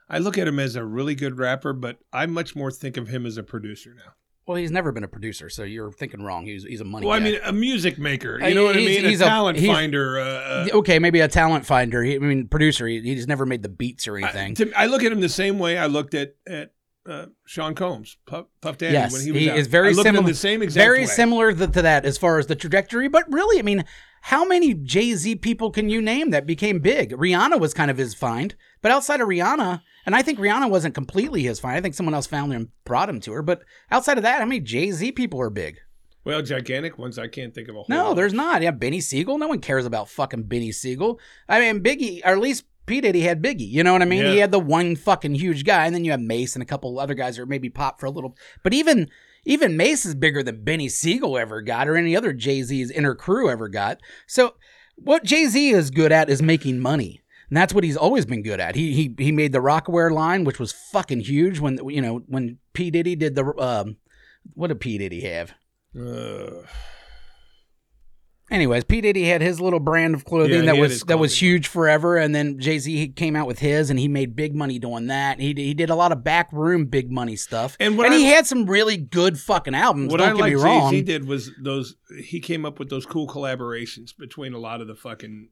Speaker 2: I look at him as a really good rapper, but I much more think of him as a producer now.
Speaker 1: well, he's never been a producer, so you're thinking wrong. He's, he's a money
Speaker 2: Well, I
Speaker 1: guy.
Speaker 2: mean, a music maker.
Speaker 1: Uh,
Speaker 2: You know what I
Speaker 1: he's-
Speaker 2: mean? A
Speaker 1: he's a-
Speaker 2: talent
Speaker 1: he's-
Speaker 2: finder. Uh,
Speaker 1: okay, maybe a talent finder. He, I mean, producer. He, he's never made the beats or
Speaker 2: uh,
Speaker 1: anything.
Speaker 2: to, I look at him the same way I looked at at uh, Sean Combs, Puff, Puff Daddy,
Speaker 1: Yes,
Speaker 2: when he was
Speaker 1: he
Speaker 2: out.
Speaker 1: is very
Speaker 2: I look at him
Speaker 1: similar-
Speaker 2: the same exact
Speaker 1: very
Speaker 2: way.
Speaker 1: similar to, to that as far as the trajectory. But really, I mean, how many Jay Z people can you name that became big? Rihanna was kind of his find, but outside of Rihanna, and I think Rihanna wasn't completely his find. I think someone else found him, and brought him to her. But outside of that, how many Jay Z people are big?
Speaker 2: Well, gigantic ones. I can't think of a whole.
Speaker 1: No,
Speaker 2: lot.
Speaker 1: there's not. Yeah, Benny Siegel. No one cares about fucking Benny Siegel. I mean, Biggie, or at least P. Diddy had Biggie. You know what I mean? He
Speaker 2: Yeah.
Speaker 1: had the one fucking huge guy, and then you have Mace and a couple other guys, or maybe Pop for a little. But even even Mace is bigger than Benny Siegel ever got, or any other Jay Z's inner crew ever got. So what Jay Z is good at is making money. And that's what he's always been good at. He he he made the Rockaware line, which was fucking huge when you know when P Diddy did the um, what did P Diddy have?
Speaker 2: Uh,
Speaker 1: Anyways, P Diddy had his little brand of
Speaker 2: Yeah,
Speaker 1: clothing
Speaker 2: he
Speaker 1: that
Speaker 2: had
Speaker 1: was
Speaker 2: his
Speaker 1: that was
Speaker 2: clothing.
Speaker 1: huge forever, and then Jay Z came out with his, and he made big money doing that. He he did a lot of backroom big money stuff,
Speaker 2: And what
Speaker 1: and
Speaker 2: I-
Speaker 1: he had some really good fucking albums.
Speaker 2: what
Speaker 1: don't
Speaker 2: I
Speaker 1: get
Speaker 2: like
Speaker 1: me wrong.
Speaker 2: Jay Z did was those. He came up with those cool collaborations between a lot of the fucking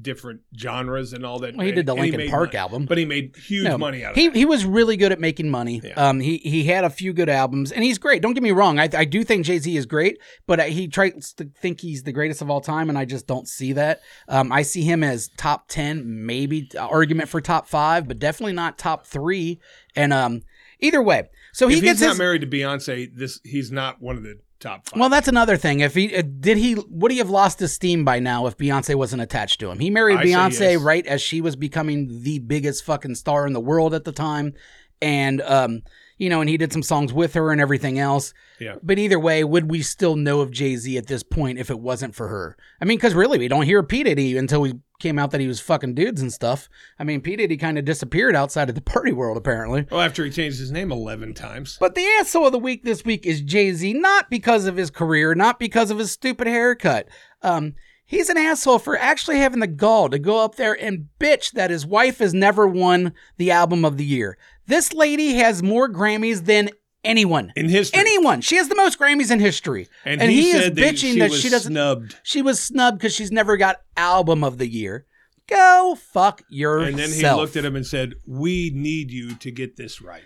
Speaker 2: different genres and all that.
Speaker 1: Well, he did the
Speaker 2: and he
Speaker 1: Linkin
Speaker 2: made
Speaker 1: Park
Speaker 2: money.
Speaker 1: album.
Speaker 2: but he made huge
Speaker 1: No,
Speaker 2: money out of
Speaker 1: he,
Speaker 2: it.
Speaker 1: he was really good at making money.
Speaker 2: Yeah.
Speaker 1: Um, he he had a few good albums, and he's great. Don't get me wrong. I, I do think Jay Z is great, but I, he tries to think he's the greatest of all time, and I just don't see that. Um, I see him as top ten, maybe uh, argument for top five, but definitely not top three. And um, either way, so he
Speaker 2: if
Speaker 1: gets
Speaker 2: he's not
Speaker 1: his.
Speaker 2: married to Beyonce, this he's not one of the top five.
Speaker 1: Well, that's another thing. If he uh, did, he would he have lost his steam by now if Beyonce wasn't attached to him. He married
Speaker 2: I say
Speaker 1: Beyonce
Speaker 2: yes.
Speaker 1: right as she was becoming the biggest fucking star in the world at the time, and um, you know, and he did some songs with her and everything else.
Speaker 2: Yeah.
Speaker 1: But either way, would we still know of Jay Z at this point if it wasn't for her? I mean, because really, we don't hear P Diddy until we came out that he was fucking dudes and stuff. I mean, P Diddy kind of disappeared outside of the party world apparently.
Speaker 2: well, after he changed his name eleven times.
Speaker 1: But the asshole of the week this week is Jay Z, not because of his career, not because of his stupid haircut. Um, he's an asshole for actually having the gall to go up there and bitch that his wife has never won the album of the year. This lady has more Grammys than anyone.
Speaker 2: in history,
Speaker 1: Anyone. She has the most Grammys in history.
Speaker 2: and, he,
Speaker 1: is
Speaker 2: said that
Speaker 1: bitching
Speaker 2: she,
Speaker 1: that
Speaker 2: was
Speaker 1: she doesn't
Speaker 2: snubbed,
Speaker 1: she was snubbed because she's never got album of the year. Go fuck yourself.
Speaker 2: and then he looked at him and said, "We need you to get this right."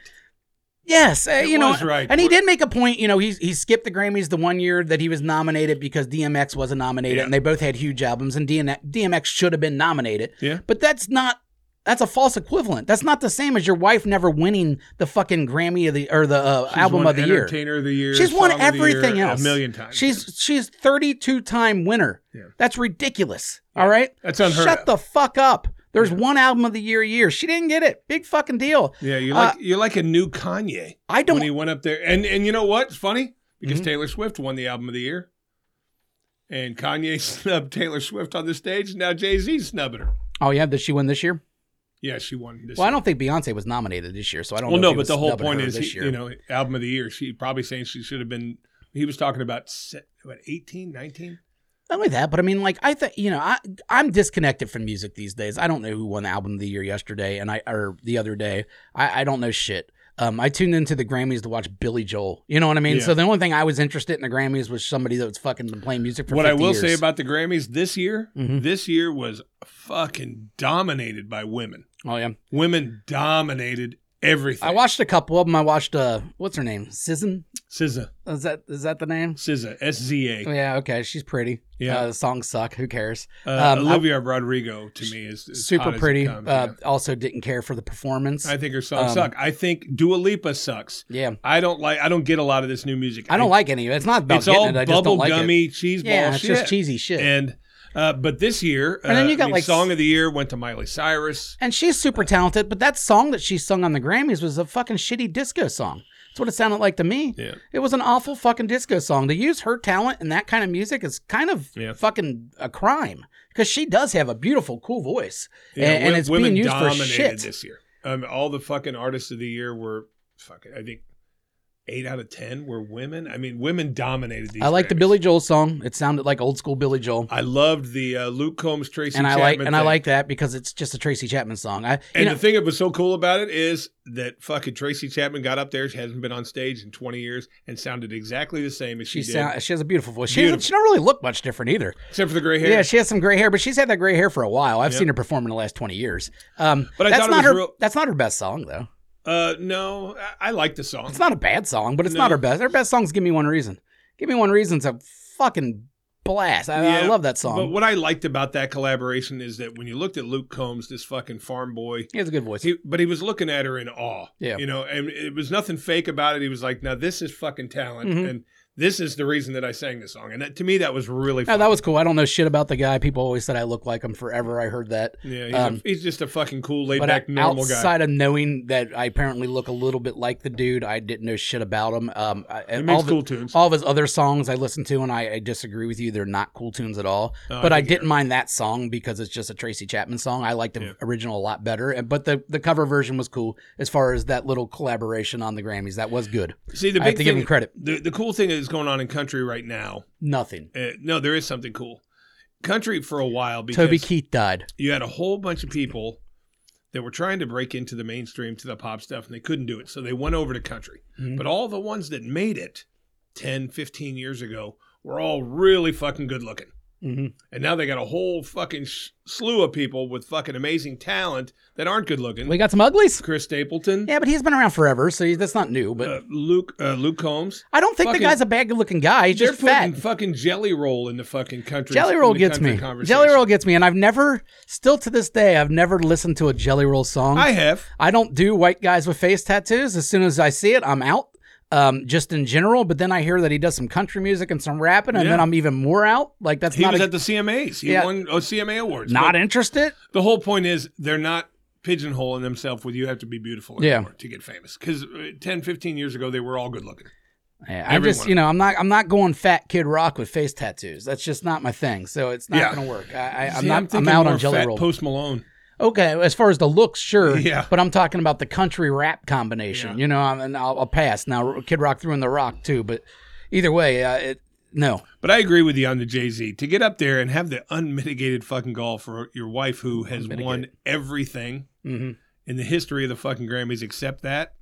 Speaker 1: Yes, uh,
Speaker 2: It
Speaker 1: you know,
Speaker 2: was right.
Speaker 1: and he
Speaker 2: We're-
Speaker 1: did make a point. You know, he he skipped the Grammys the one year that he was nominated because DMX wasn't nominated,
Speaker 2: Yeah.
Speaker 1: and they both had huge albums, and DN- DMX should have been nominated.
Speaker 2: Yeah.
Speaker 1: but that's not that's a false equivalent. That's not the same as your wife never winning the fucking Grammy of the or the uh,
Speaker 2: She's
Speaker 1: album
Speaker 2: won
Speaker 1: of the year.
Speaker 2: entertainer of the year.
Speaker 1: She's won
Speaker 2: song of the year
Speaker 1: everything else
Speaker 2: a million times.
Speaker 1: She's she's thirty two time winner.
Speaker 2: Yeah.
Speaker 1: That's ridiculous. All right,
Speaker 2: That's unheard
Speaker 1: Shut
Speaker 2: of.
Speaker 1: the fuck up. There's one album of the year a year. She didn't get it. Big fucking deal.
Speaker 2: yeah, you're
Speaker 1: uh,
Speaker 2: like you're like a new Kanye.
Speaker 1: I don't. Mm-hmm.
Speaker 2: when he went up there. And and you know what's funny? Because Taylor Swift won the album of the year. And Kanye snubbed Taylor Swift on the stage. Now Jay Z snubbing her.
Speaker 1: oh yeah, did she win this year?
Speaker 2: Yeah, she won this.
Speaker 1: Well, I
Speaker 2: year.
Speaker 1: don't think Beyonce was nominated this year, so I don't.
Speaker 2: well,
Speaker 1: know if
Speaker 2: no,
Speaker 1: he
Speaker 2: but
Speaker 1: was
Speaker 2: the whole
Speaker 1: snubbing
Speaker 2: point
Speaker 1: her
Speaker 2: is,
Speaker 1: this
Speaker 2: he-
Speaker 1: year.
Speaker 2: you know, album of the year. She probably saying she should have been. He was talking about se- what 18, 19?
Speaker 1: not only that, but I mean, like, I think you know, I I'm disconnected from music these days. I don't know who won the album of the year yesterday, and I or the other day. I, I don't know shit. Um, I tuned into the Grammys to watch Billy Joel. You know what I mean?
Speaker 2: Yeah.
Speaker 1: So the only thing I was interested in the Grammys was somebody that's fucking been playing music for
Speaker 2: What I
Speaker 1: 50
Speaker 2: will
Speaker 1: years.
Speaker 2: say about the Grammys this year,
Speaker 1: Mhm.
Speaker 2: this year was fucking dominated by women.
Speaker 1: oh yeah,
Speaker 2: Women dominated everything.
Speaker 1: I watched a couple of them. I watched uh, what's her name? Sism?
Speaker 2: SZA,
Speaker 1: Is that is that the name?
Speaker 2: SZA, S Z A.
Speaker 1: Yeah, okay, she's pretty.
Speaker 2: Yeah.
Speaker 1: uh, the songs suck. Who cares?
Speaker 2: Uh,
Speaker 1: um,
Speaker 2: Olivia Rodrigo to me is, is
Speaker 1: Super
Speaker 2: hot as it
Speaker 1: pretty.
Speaker 2: comes,
Speaker 1: uh, Also didn't care for the performance.
Speaker 2: yeah. I think her songs
Speaker 1: um,
Speaker 2: suck. I think Dua Lipa sucks.
Speaker 1: yeah,
Speaker 2: I don't like. I don't get a lot of this new music.
Speaker 1: I don't like any of it. It's not about
Speaker 2: It's
Speaker 1: getting
Speaker 2: all
Speaker 1: it. I just
Speaker 2: bubble
Speaker 1: don't like it.
Speaker 2: gummy cheese ball
Speaker 1: Yeah, it's
Speaker 2: shit.
Speaker 1: just cheesy shit.
Speaker 2: And uh, but this year,
Speaker 1: And then
Speaker 2: uh,
Speaker 1: you got,
Speaker 2: I mean,
Speaker 1: like,
Speaker 2: song of the year went to Miley Cyrus.
Speaker 1: And she's super talented, but that song that she sung on the Grammys was a fucking shitty disco song. That's what it sounded like to me.
Speaker 2: Yeah.
Speaker 1: It was an awful fucking disco song. To use her talent in that kind of music is kind of
Speaker 2: Yeah.
Speaker 1: fucking a crime because she does have a beautiful, cool voice,
Speaker 2: Yeah,
Speaker 1: and, and
Speaker 2: wo-
Speaker 1: it's
Speaker 2: women
Speaker 1: being used for
Speaker 2: dominated
Speaker 1: shit.
Speaker 2: this year. Um, all the fucking artists of the year were fucking. I think eight out of ten were women. I mean, women dominated. These
Speaker 1: I like the
Speaker 2: Grammys.
Speaker 1: Billy Joel song. It sounded like old school Billy Joel.
Speaker 2: I loved the uh, Luke Combs Tracy
Speaker 1: and I
Speaker 2: Chapman
Speaker 1: like and I
Speaker 2: thing.
Speaker 1: like that because it's just a Tracy Chapman song. I you
Speaker 2: And
Speaker 1: know,
Speaker 2: the thing that was so cool about it is that fucking Tracy Chapman got up there. She hasn't been on stage in 20 years and sounded exactly the same as she,
Speaker 1: she
Speaker 2: did,
Speaker 1: sound, she has a beautiful voice. She
Speaker 2: Beautiful.
Speaker 1: doesn't, she don't really look much different either.
Speaker 2: except for the gray hair.
Speaker 1: Yeah, she has some gray hair, but she's had that gray hair for a while. I've
Speaker 2: Yeah.
Speaker 1: seen her perform in the last twenty years. Um,
Speaker 2: But I
Speaker 1: that's
Speaker 2: thought it
Speaker 1: not
Speaker 2: was
Speaker 1: her.
Speaker 2: real-
Speaker 1: That's not her best song though.
Speaker 2: uh, no, I, I like the song.
Speaker 1: It's not a bad song, but it's not
Speaker 2: No.
Speaker 1: her best. Her best song's "Give Me One Reason." "Give Me One Reason's a fucking blast. I, I
Speaker 2: Yeah,
Speaker 1: love that
Speaker 2: But
Speaker 1: song.
Speaker 2: what I liked about that collaboration is that when you looked at Luke Combs, this fucking farm boy,
Speaker 1: he has a good voice.
Speaker 2: he, but he was looking at her in awe.
Speaker 1: Yeah.
Speaker 2: You know, and it was nothing fake about it. He was like, now this is fucking talent.
Speaker 1: Mhm.
Speaker 2: And this is the reason that I sang this song. And that, to me, that was really
Speaker 1: no,
Speaker 2: fun.
Speaker 1: that was cool. I don't know shit about the guy. People always said I look like him forever. I heard that.
Speaker 2: yeah, he's,
Speaker 1: um,
Speaker 2: a, he's just a fucking cool, laid
Speaker 1: But
Speaker 2: back, normal guy.
Speaker 1: outside of knowing that I apparently look a little bit like the dude, I didn't know shit about him. Um, I,
Speaker 2: He
Speaker 1: and all
Speaker 2: makes
Speaker 1: the-
Speaker 2: cool tunes.
Speaker 1: all of his other songs I listen to, and I, I disagree with you. They're not cool tunes at all.
Speaker 2: Oh, I
Speaker 1: but I,
Speaker 2: think you're
Speaker 1: didn't mind that song because it's just a Tracy Chapman song. I like the
Speaker 2: Yeah.
Speaker 1: original a lot better. and- But the, the cover version was cool as far as that little collaboration on the Grammys. That was good.
Speaker 2: See, the
Speaker 1: I have
Speaker 2: big
Speaker 1: to
Speaker 2: thing,
Speaker 1: give him credit.
Speaker 2: The, the cool thing that's going on in country right now,
Speaker 1: Nothing.
Speaker 2: uh, no, there is something cool. Country for a while because
Speaker 1: Toby Keith died.
Speaker 2: you had a whole bunch of people that were trying to break into the mainstream to the pop stuff and they couldn't do it. So they went over to country.
Speaker 1: Mhm.
Speaker 2: But all the ones that made it 10, 15 years ago were all really fucking good looking.
Speaker 1: hmm
Speaker 2: And now they got a whole fucking sh- slew of people with fucking amazing talent that aren't good looking.
Speaker 1: We got some uglies.
Speaker 2: Chris Stapleton,
Speaker 1: Yeah, but he's been around forever, so he- that's not new. But
Speaker 2: uh, Luke uh, Luke Combs.
Speaker 1: I don't think
Speaker 2: fucking-
Speaker 1: the guy's a bad looking guy. He's
Speaker 2: They're
Speaker 1: just fat.
Speaker 2: putting fucking Jelly Roll in the fucking country.
Speaker 1: Jelly
Speaker 2: in
Speaker 1: Roll
Speaker 2: the
Speaker 1: gets
Speaker 2: country
Speaker 1: me.
Speaker 2: conversation.
Speaker 1: Jelly Roll gets me, and I've never, still to this day, I've never listened to a Jelly Roll song.
Speaker 2: I have.
Speaker 1: I don't do white guys with face tattoos. As soon as I see it, I'm out. Um, just in general, but then I hear that he does some country music and some rapping, and
Speaker 2: Yeah.
Speaker 1: then I'm even more out. Like that's
Speaker 2: He
Speaker 1: not
Speaker 2: was
Speaker 1: a,
Speaker 2: at the CMAs. He
Speaker 1: Yeah.
Speaker 2: won oh, CMA awards.
Speaker 1: not
Speaker 2: But
Speaker 1: interested.
Speaker 2: the whole point is they're not pigeonholing themselves with you have to be beautiful
Speaker 1: Yeah.
Speaker 2: anymore to get famous. Because 10, 15 years ago, they were all good looking.
Speaker 1: Yeah, I just
Speaker 2: Everyone.
Speaker 1: you know I'm not I'm not going Fat Kid Rock with face tattoos. That's just not my thing. So it's not
Speaker 2: Yeah.
Speaker 1: going to work. I, I, I'm
Speaker 2: See,
Speaker 1: not I'm,
Speaker 2: thinking
Speaker 1: out
Speaker 2: more
Speaker 1: on Jelly
Speaker 2: Fat
Speaker 1: Roll.
Speaker 2: Post Malone.
Speaker 1: okay, as far as the looks, sure.
Speaker 2: Yeah.
Speaker 1: But I'm talking about the country rap combination.
Speaker 2: Yeah.
Speaker 1: You know, I'm, and I'll, I'll pass. Now Kid Rock threw in the rock too, but either way, uh, it, no.
Speaker 2: But I agree with you on the Jay Z. To get up there and have the unmitigated fucking gall for your wife who has won
Speaker 1: Unmitigated.
Speaker 2: everything
Speaker 1: hmm
Speaker 2: in the history of the fucking Grammys except that,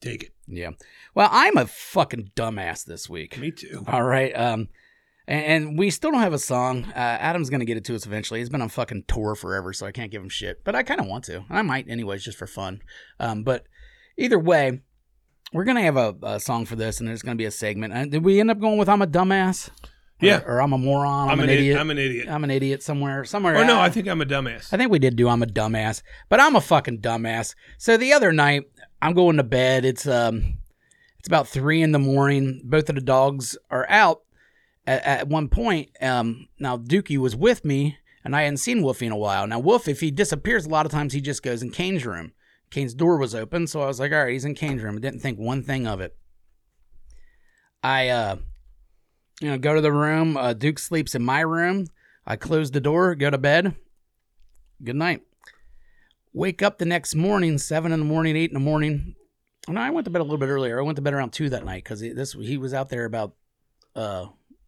Speaker 2: take it.
Speaker 1: Yeah. Well, I'm a fucking dumbass this week.
Speaker 2: Me too.
Speaker 1: All right. Um, and, and we still don't have a song. Uh, Adam's gonna get it to us eventually. He's been on fucking tour forever, so I can't give him shit. But I kind of want to. I might, anyways, just for fun. Um, but either way, we're gonna have a, a song for this, and there's gonna be a segment. And did we end up going with "I'm a dumbass"? Or-
Speaker 2: Yeah.
Speaker 1: Or, "I'm a moron." I'm, an,
Speaker 2: idi-
Speaker 1: idiot.
Speaker 2: I'm an idiot.
Speaker 1: I'm an idiot somewhere. Somewhere.
Speaker 2: Or no,
Speaker 1: I-
Speaker 2: I think I'm a dumbass.
Speaker 1: I think we did do I'm a dumbass, but I'm a fucking dumbass. So the other night, I'm going to bed. It's um it's about three in the morning. Both of the dogs are out at, at one point. Um now Dookie was with me and I hadn't seen Wolfie in a while. Now Wolf, if he disappears, a lot of times he just goes in Kane's room. Kane's door was open, so I was like, all right, he's in Kane's room. I didn't think one thing of it. I uh you know, go to the room. Uh, Duke sleeps in my room. I close the door, go to bed good night. Wake up the next morning, seven in the morning, eight in the morning. And I went to bed a little bit earlier. I went to bed around two that night because this he was out there about, uh,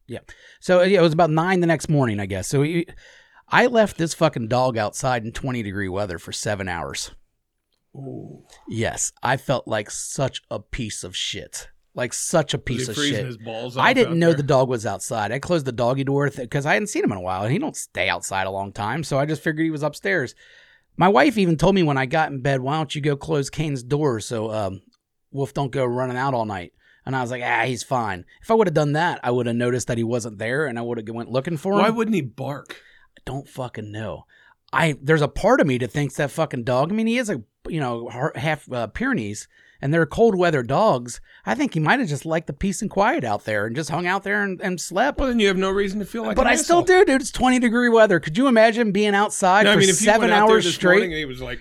Speaker 1: yeah. So yeah, it was about nine the next morning, I guess. So he, I left this fucking dog outside in twenty degree weather for seven hours.
Speaker 2: Ooh.
Speaker 1: Yes, I felt like such a piece of shit. Like such a
Speaker 2: Was
Speaker 1: piece
Speaker 2: he
Speaker 1: of
Speaker 2: freezing
Speaker 1: shit.
Speaker 2: his balls off
Speaker 1: I didn't
Speaker 2: out
Speaker 1: know
Speaker 2: there?
Speaker 1: the dog was outside. I closed the doggy door because I hadn't seen him in a while, and he don't stay outside a long time. So I just figured he was upstairs. My wife even told me when I got in bed, "Why don't you go close Kane's door so um, Wolf don't go running out all night?" And I was like, "Ah, he's fine." If I would have done that, I would have noticed that he wasn't there, and I would have went looking for him.
Speaker 2: Why wouldn't he bark?
Speaker 1: don't fucking know. I there's a part of me that thinks that fucking dog. I mean, he is a you know har- half uh, Pyrenees, and they're cold weather dogs. I think he might have just liked the peace and quiet out there and just hung out there and, and slept.
Speaker 2: Well, then you have no reason to feel like.
Speaker 1: but
Speaker 2: an
Speaker 1: I still
Speaker 2: asshole.
Speaker 1: do, dude. It's 20 degree weather. Could you imagine being outside
Speaker 2: No,
Speaker 1: for
Speaker 2: I mean, if you
Speaker 1: seven
Speaker 2: went out there
Speaker 1: hours
Speaker 2: this
Speaker 1: straight?
Speaker 2: morning and he was like,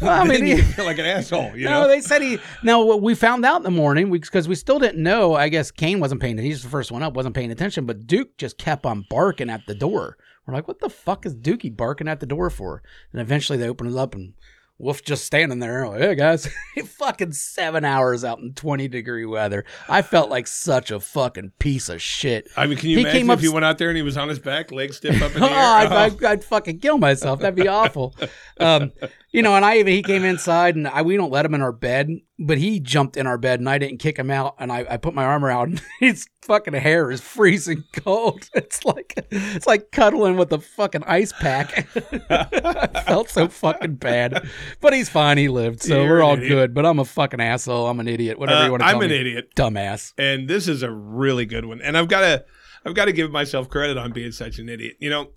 Speaker 1: Well, I
Speaker 2: then
Speaker 1: mean,
Speaker 2: you
Speaker 1: he-
Speaker 2: feel like an asshole. You
Speaker 1: no,
Speaker 2: know,
Speaker 1: they said he. Now what we found out in the morning because we still didn't know. I guess Kane wasn't paying. He's the first one up, wasn't paying attention. But Duke just kept on barking at the door. We're like, what the fuck is Dookie barking at the door for? And eventually they open it up and Wolf just standing there. Like, hey guys, fucking seven hours out in twenty degree weather. I felt like such a fucking piece of shit.
Speaker 2: I mean, can you
Speaker 1: He
Speaker 2: imagine
Speaker 1: came
Speaker 2: if
Speaker 1: up-
Speaker 2: he went out there and he was on his back, legs stiff up in the
Speaker 1: Oh,
Speaker 2: air?
Speaker 1: I'd,
Speaker 2: Oh.
Speaker 1: I'd, I'd fucking kill myself. That'd be awful. Um, you know, and I even he came inside and I we don't let him in our bed, but he jumped in our bed and I didn't kick him out. And I, I put my arm around and his fucking hair is freezing cold. It's like it's like cuddling with a fucking ice pack. I felt so fucking bad, but he's fine. He lived, so
Speaker 2: You're
Speaker 1: we're
Speaker 2: an
Speaker 1: all
Speaker 2: idiot.
Speaker 1: good. But I'm a fucking asshole. I'm an idiot. Whatever
Speaker 2: Uh,
Speaker 1: you want to call
Speaker 2: I'm an
Speaker 1: me.
Speaker 2: idiot.
Speaker 1: Dumbass.
Speaker 2: and this is a really good one. And I've got to, I've got to give myself credit on being such an idiot. You know,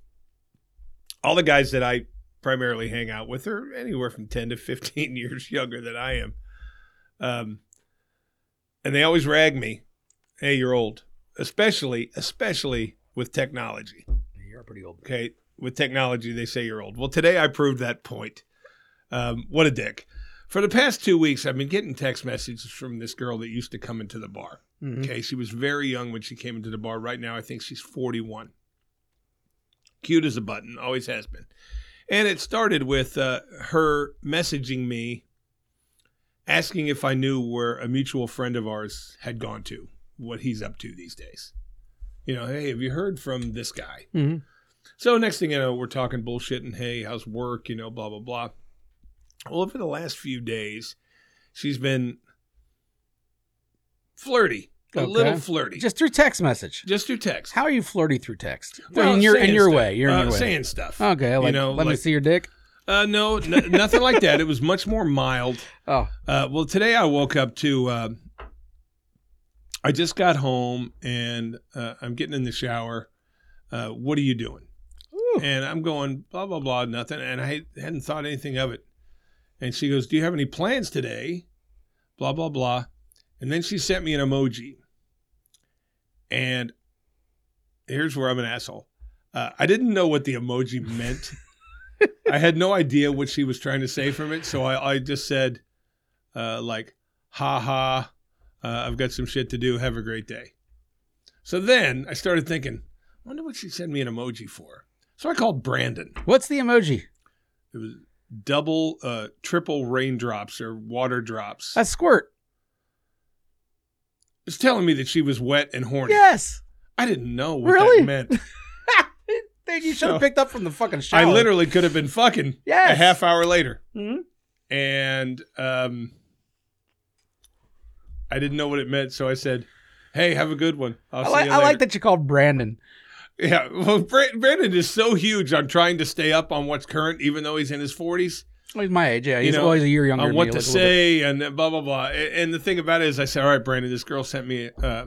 Speaker 2: all the guys that I primarily hang out with are anywhere from ten to fifteen years younger than I am, um, and they always rag me, "Hey, you're old," especially, especially with technology.
Speaker 1: You're pretty old.
Speaker 2: Okay, with technology, they say you're old. Well, today I proved that point. Um, what a dick. For the past two weeks, I've been getting text messages from this girl that used to come into the bar.
Speaker 1: Mhm.
Speaker 2: Okay, she was very young when she came into the bar. Right now, I think she's 41. Cute as a button, always has been. And it started with uh, her messaging me asking if I knew where a mutual friend of ours had gone to, what he's up to these days. You know, hey, have you heard from this guy?
Speaker 1: Mhm.
Speaker 2: So next thing you know, we're talking bullshit and hey, how's work? You know, blah blah blah. Well, over the last few days, she's been flirty, a
Speaker 1: Okay.
Speaker 2: little flirty, just,
Speaker 1: Just through text message.
Speaker 2: through text.
Speaker 1: How are you flirty through text?
Speaker 2: Well,
Speaker 1: in your in
Speaker 2: saying
Speaker 1: your
Speaker 2: stuff.
Speaker 1: way. You're in
Speaker 2: Uh,
Speaker 1: your way.
Speaker 2: saying stuff.
Speaker 1: okay, like,
Speaker 2: know,
Speaker 1: let me
Speaker 2: like-
Speaker 1: see your dick.
Speaker 2: Uh, no, n- nothing like that. It was much more mild.
Speaker 1: Oh,
Speaker 2: Uh, well, today I woke up to. Uh, I just got home and uh, I'm getting in the shower. Uh, what are you doing? And I'm going blah blah blah nothing, and I hadn't thought anything of it. And she goes, "Do you have any plans today?" Blah blah blah, and then she sent me an emoji. And here's where I'm an asshole. Uh, I didn't know what the emoji meant. I had no idea what she was trying to say from it, so I, I just said, uh, like, ha ha, uh, I've got some shit to do. Have a great day. So then I started thinking, I wonder what she sent me an emoji for. So I called Brandon.
Speaker 1: what's the emoji?
Speaker 2: It was double, uh, triple raindrops or water drops.
Speaker 1: A squirt.
Speaker 2: It's telling me that she was wet and horny.
Speaker 1: Yes.
Speaker 2: I didn't know what
Speaker 1: Really?
Speaker 2: that meant.
Speaker 1: Dude, you should have
Speaker 2: So-
Speaker 1: picked up from the fucking shower.
Speaker 2: I literally could have been fucking a
Speaker 1: Yes.
Speaker 2: half hour later.
Speaker 1: Mhm.
Speaker 2: and um, I didn't know what it meant, so I said, "Hey, have a good one." I'll
Speaker 1: I,
Speaker 2: see
Speaker 1: like,
Speaker 2: you
Speaker 1: I
Speaker 2: later.
Speaker 1: like that you called Brandon.
Speaker 2: Yeah, well, Bra- Brandon is so huge. I'm trying to stay up on what's current, even though he's in his 40s,
Speaker 1: He's my age. Yeah,
Speaker 2: You
Speaker 1: he's
Speaker 2: know,
Speaker 1: always a year younger.
Speaker 2: on
Speaker 1: than
Speaker 2: what
Speaker 1: me,
Speaker 2: to
Speaker 1: like a little bit.
Speaker 2: say and blah blah blah. A- And the thing about it is, I said, "All right, Brandon, this girl sent me uh, uh,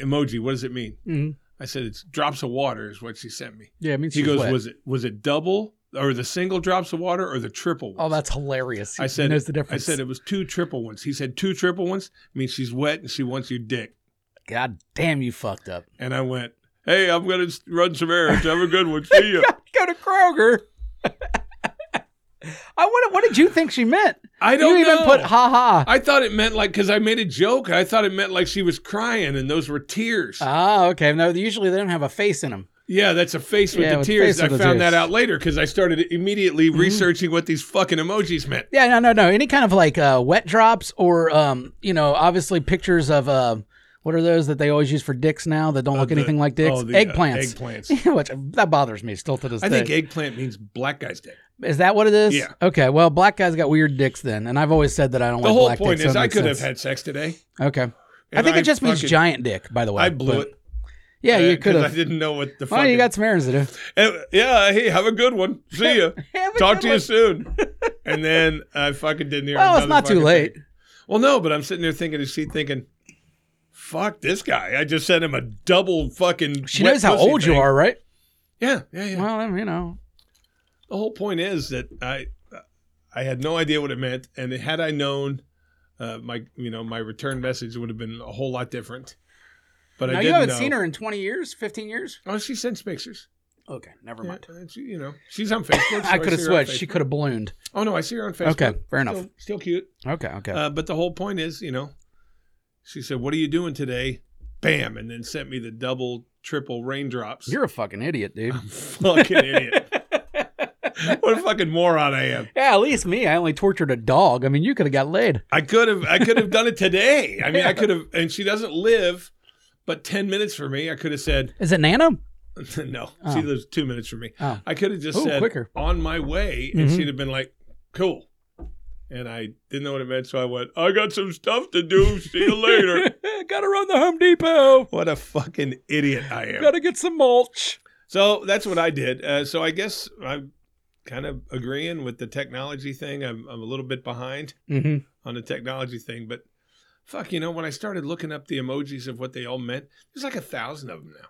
Speaker 2: emoji. What does it mean?"
Speaker 1: Mhm.
Speaker 2: I said, "It's drops of water," is what she sent me.
Speaker 1: Yeah, it means
Speaker 2: he
Speaker 1: she's
Speaker 2: goes,
Speaker 1: wet.
Speaker 2: "Was it was it double or the single drops of water or the triple?"
Speaker 1: Oh,
Speaker 2: ones?"
Speaker 1: that's hilarious.
Speaker 2: I said
Speaker 1: he knows the
Speaker 2: I
Speaker 1: difference.
Speaker 2: said it was two triple ones. He said two triple ones means she's wet and she wants your dick.
Speaker 1: God damn, you fucked up.
Speaker 2: And I went, hey, I'm gonna s- run some errands. Have a good one. See you.
Speaker 1: Go to Kroger. I wonder, what did you think she meant?
Speaker 2: I don't
Speaker 1: you even
Speaker 2: know.
Speaker 1: put ha ha.
Speaker 2: I thought it meant like because I made a joke. I thought it meant like she was crying and those were tears.
Speaker 1: Ah, okay. No, usually they don't have a face in them.
Speaker 2: yeah, that's a face with
Speaker 1: Yeah,
Speaker 2: the
Speaker 1: with
Speaker 2: tears.
Speaker 1: face
Speaker 2: I
Speaker 1: with the
Speaker 2: found that
Speaker 1: tears. Mm-hmm.
Speaker 2: out later because I started immediately researching what these fucking emojis meant.
Speaker 1: Yeah, no, no, no. Any kind of like uh, wet drops or, um, you know, obviously pictures of, um What are those that they always use for dicks now that don't look
Speaker 2: the-
Speaker 1: anything like dicks?
Speaker 2: oh, the, uh,
Speaker 1: eggplants.
Speaker 2: eggplants.
Speaker 1: Which that bothers me still to this
Speaker 2: I
Speaker 1: day.
Speaker 2: think eggplant means black guy's dick.
Speaker 1: is that what it is?
Speaker 2: Yeah.
Speaker 1: Okay. Well, black guys got weird dicks then, and I've always said that I don't
Speaker 2: The
Speaker 1: like
Speaker 2: whole
Speaker 1: black
Speaker 2: point
Speaker 1: dicks. so
Speaker 2: is,
Speaker 1: it
Speaker 2: I
Speaker 1: makes
Speaker 2: could have
Speaker 1: sense.
Speaker 2: had sex today.
Speaker 1: Okay. I
Speaker 2: and
Speaker 1: think it just means
Speaker 2: fucking-
Speaker 1: giant dick, by the way.
Speaker 2: I blew
Speaker 1: but-
Speaker 2: it.
Speaker 1: Yeah,
Speaker 2: uh,
Speaker 1: you could
Speaker 2: 'cause
Speaker 1: have.
Speaker 2: I didn't know what the.
Speaker 1: Well, you
Speaker 2: fucking-
Speaker 1: got some errands to do.
Speaker 2: Uh, yeah. Hey, have a good one. See ya.
Speaker 1: Have a good
Speaker 2: Talk to
Speaker 1: one.
Speaker 2: you soon. and then I fucking didn't hear.
Speaker 1: Well, it's
Speaker 2: another
Speaker 1: not too
Speaker 2: fucking
Speaker 1: late.
Speaker 2: thing. Well, no, but I'm sitting there thinking, is she thinking? Fuck this guy! I just sent him a double fucking.
Speaker 1: She
Speaker 2: wet
Speaker 1: knows how
Speaker 2: pussy
Speaker 1: old you
Speaker 2: thing.
Speaker 1: are, right?
Speaker 2: Yeah, yeah, yeah.
Speaker 1: Well, I mean, you know,
Speaker 2: the whole point is that I I had no idea what it meant, and had I known, uh, my you know my return message would have been a whole lot different. But I
Speaker 1: now
Speaker 2: didn't
Speaker 1: you haven't
Speaker 2: know.
Speaker 1: seen her in 20 years, 15 years.
Speaker 2: Oh, she sends pictures.
Speaker 1: Okay, never
Speaker 2: Yeah,
Speaker 1: mind.
Speaker 2: and she, you know, she's on Facebook. so
Speaker 1: I could have
Speaker 2: see her on
Speaker 1: switched.
Speaker 2: Facebook.
Speaker 1: She could have ballooned.
Speaker 2: oh no, I see her on Facebook.
Speaker 1: Okay, fair enough.
Speaker 2: Still, still cute.
Speaker 1: Okay, okay.
Speaker 2: Uh, but the whole point is, you know, she said, "What are you doing today?" Bam, and then sent me the double, triple raindrops.
Speaker 1: You're a fucking idiot, dude.
Speaker 2: fucking idiot. what a fucking moron I am.
Speaker 1: Yeah, at least me. I only tortured a dog. I mean, you could have got laid.
Speaker 2: I could have I could have done it today. I mean,
Speaker 1: Yeah.
Speaker 2: I could have and she doesn't live but 10 minutes from me. I could have said
Speaker 1: Is it Nano?
Speaker 2: no.
Speaker 1: Oh.
Speaker 2: She lives 2 minutes from me.
Speaker 1: Oh.
Speaker 2: I could have just
Speaker 1: Ooh,
Speaker 2: said
Speaker 1: quicker.
Speaker 2: on my way and
Speaker 1: Mhm.
Speaker 2: she'd have been like, "Cool." And I didn't know what it meant, so I went, "I got some stuff to do. See you later."
Speaker 1: gotta run the Home Depot.
Speaker 2: what a fucking idiot I am.
Speaker 1: Gotta get some mulch.
Speaker 2: So that's what I did. Uh, so I guess I'm kind of agreeing with the technology thing. I'm, I'm a little bit behind
Speaker 1: Mm-hmm.
Speaker 2: on the technology thing, but fuck, you know, when I started looking up the emojis of what they all meant, there's like a thousand of them now.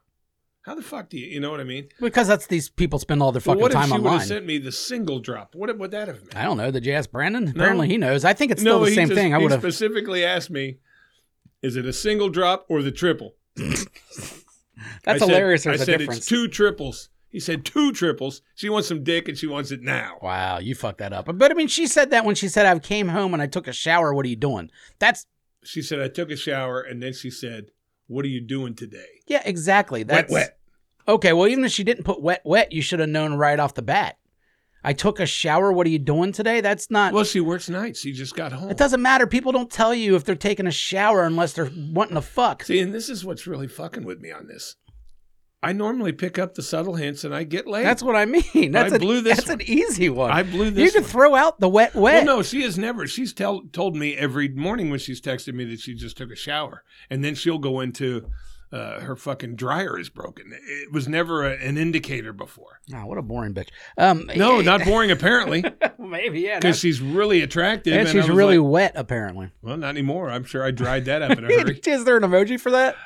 Speaker 2: How the fuck do you, you know what I mean?
Speaker 1: Because that's these people spend all their
Speaker 2: But
Speaker 1: fucking
Speaker 2: what if
Speaker 1: time
Speaker 2: she would
Speaker 1: online.
Speaker 2: have sent me the single drop? What would that have meant?
Speaker 1: I don't know. Did you ask Brandon? Apparently he knows. I think it's still
Speaker 2: no,
Speaker 1: the
Speaker 2: he
Speaker 1: same
Speaker 2: just-
Speaker 1: thing. I
Speaker 2: he
Speaker 1: would have.
Speaker 2: specifically asked me, is it a single drop or the triple?
Speaker 1: That's
Speaker 2: I said-
Speaker 1: hilarious. There's
Speaker 2: I
Speaker 1: a
Speaker 2: said
Speaker 1: difference.
Speaker 2: it's two triples. He said two triples. She wants some dick and she wants it now.
Speaker 1: Wow, you fucked that up. But I mean, she said that when she said I came home and I took a shower. What are you doing? That's
Speaker 2: she said, I took a shower, and then she said, What are you doing today?
Speaker 1: yeah, exactly. That's
Speaker 2: wet, wet.
Speaker 1: Okay, well, even if she didn't put wet, wet, you should have known right off the bat. I took a shower. What are you doing today? That's not.
Speaker 2: Well, she works nights. She just got home.
Speaker 1: it doesn't matter. People don't tell you if they're taking a shower unless they're wanting to fuck.
Speaker 2: See, and this is what's really fucking with me on this. I normally pick up the subtle hints and I get laid.
Speaker 1: That's what I mean. That's
Speaker 2: I
Speaker 1: a-
Speaker 2: blew this
Speaker 1: That's an easy one.
Speaker 2: I blew
Speaker 1: you
Speaker 2: this.
Speaker 1: can
Speaker 2: one.
Speaker 1: throw out the wet,
Speaker 2: well,
Speaker 1: wet.
Speaker 2: no, she has never. She's tell, told me every morning when she's texted me that she just took a shower. And then she'll go into uh, her fucking dryer is broken. It was never a, an indicator before.
Speaker 1: Oh, what a boring bitch. Um,
Speaker 2: No, not boring, apparently,
Speaker 1: maybe. Yeah, no.
Speaker 2: because she's really attractive.
Speaker 1: and
Speaker 2: I
Speaker 1: she's
Speaker 2: was
Speaker 1: really
Speaker 2: like,
Speaker 1: wet apparently.
Speaker 2: well, not anymore. I'm sure I dried that up in a hurry.
Speaker 1: Is there an emoji for that?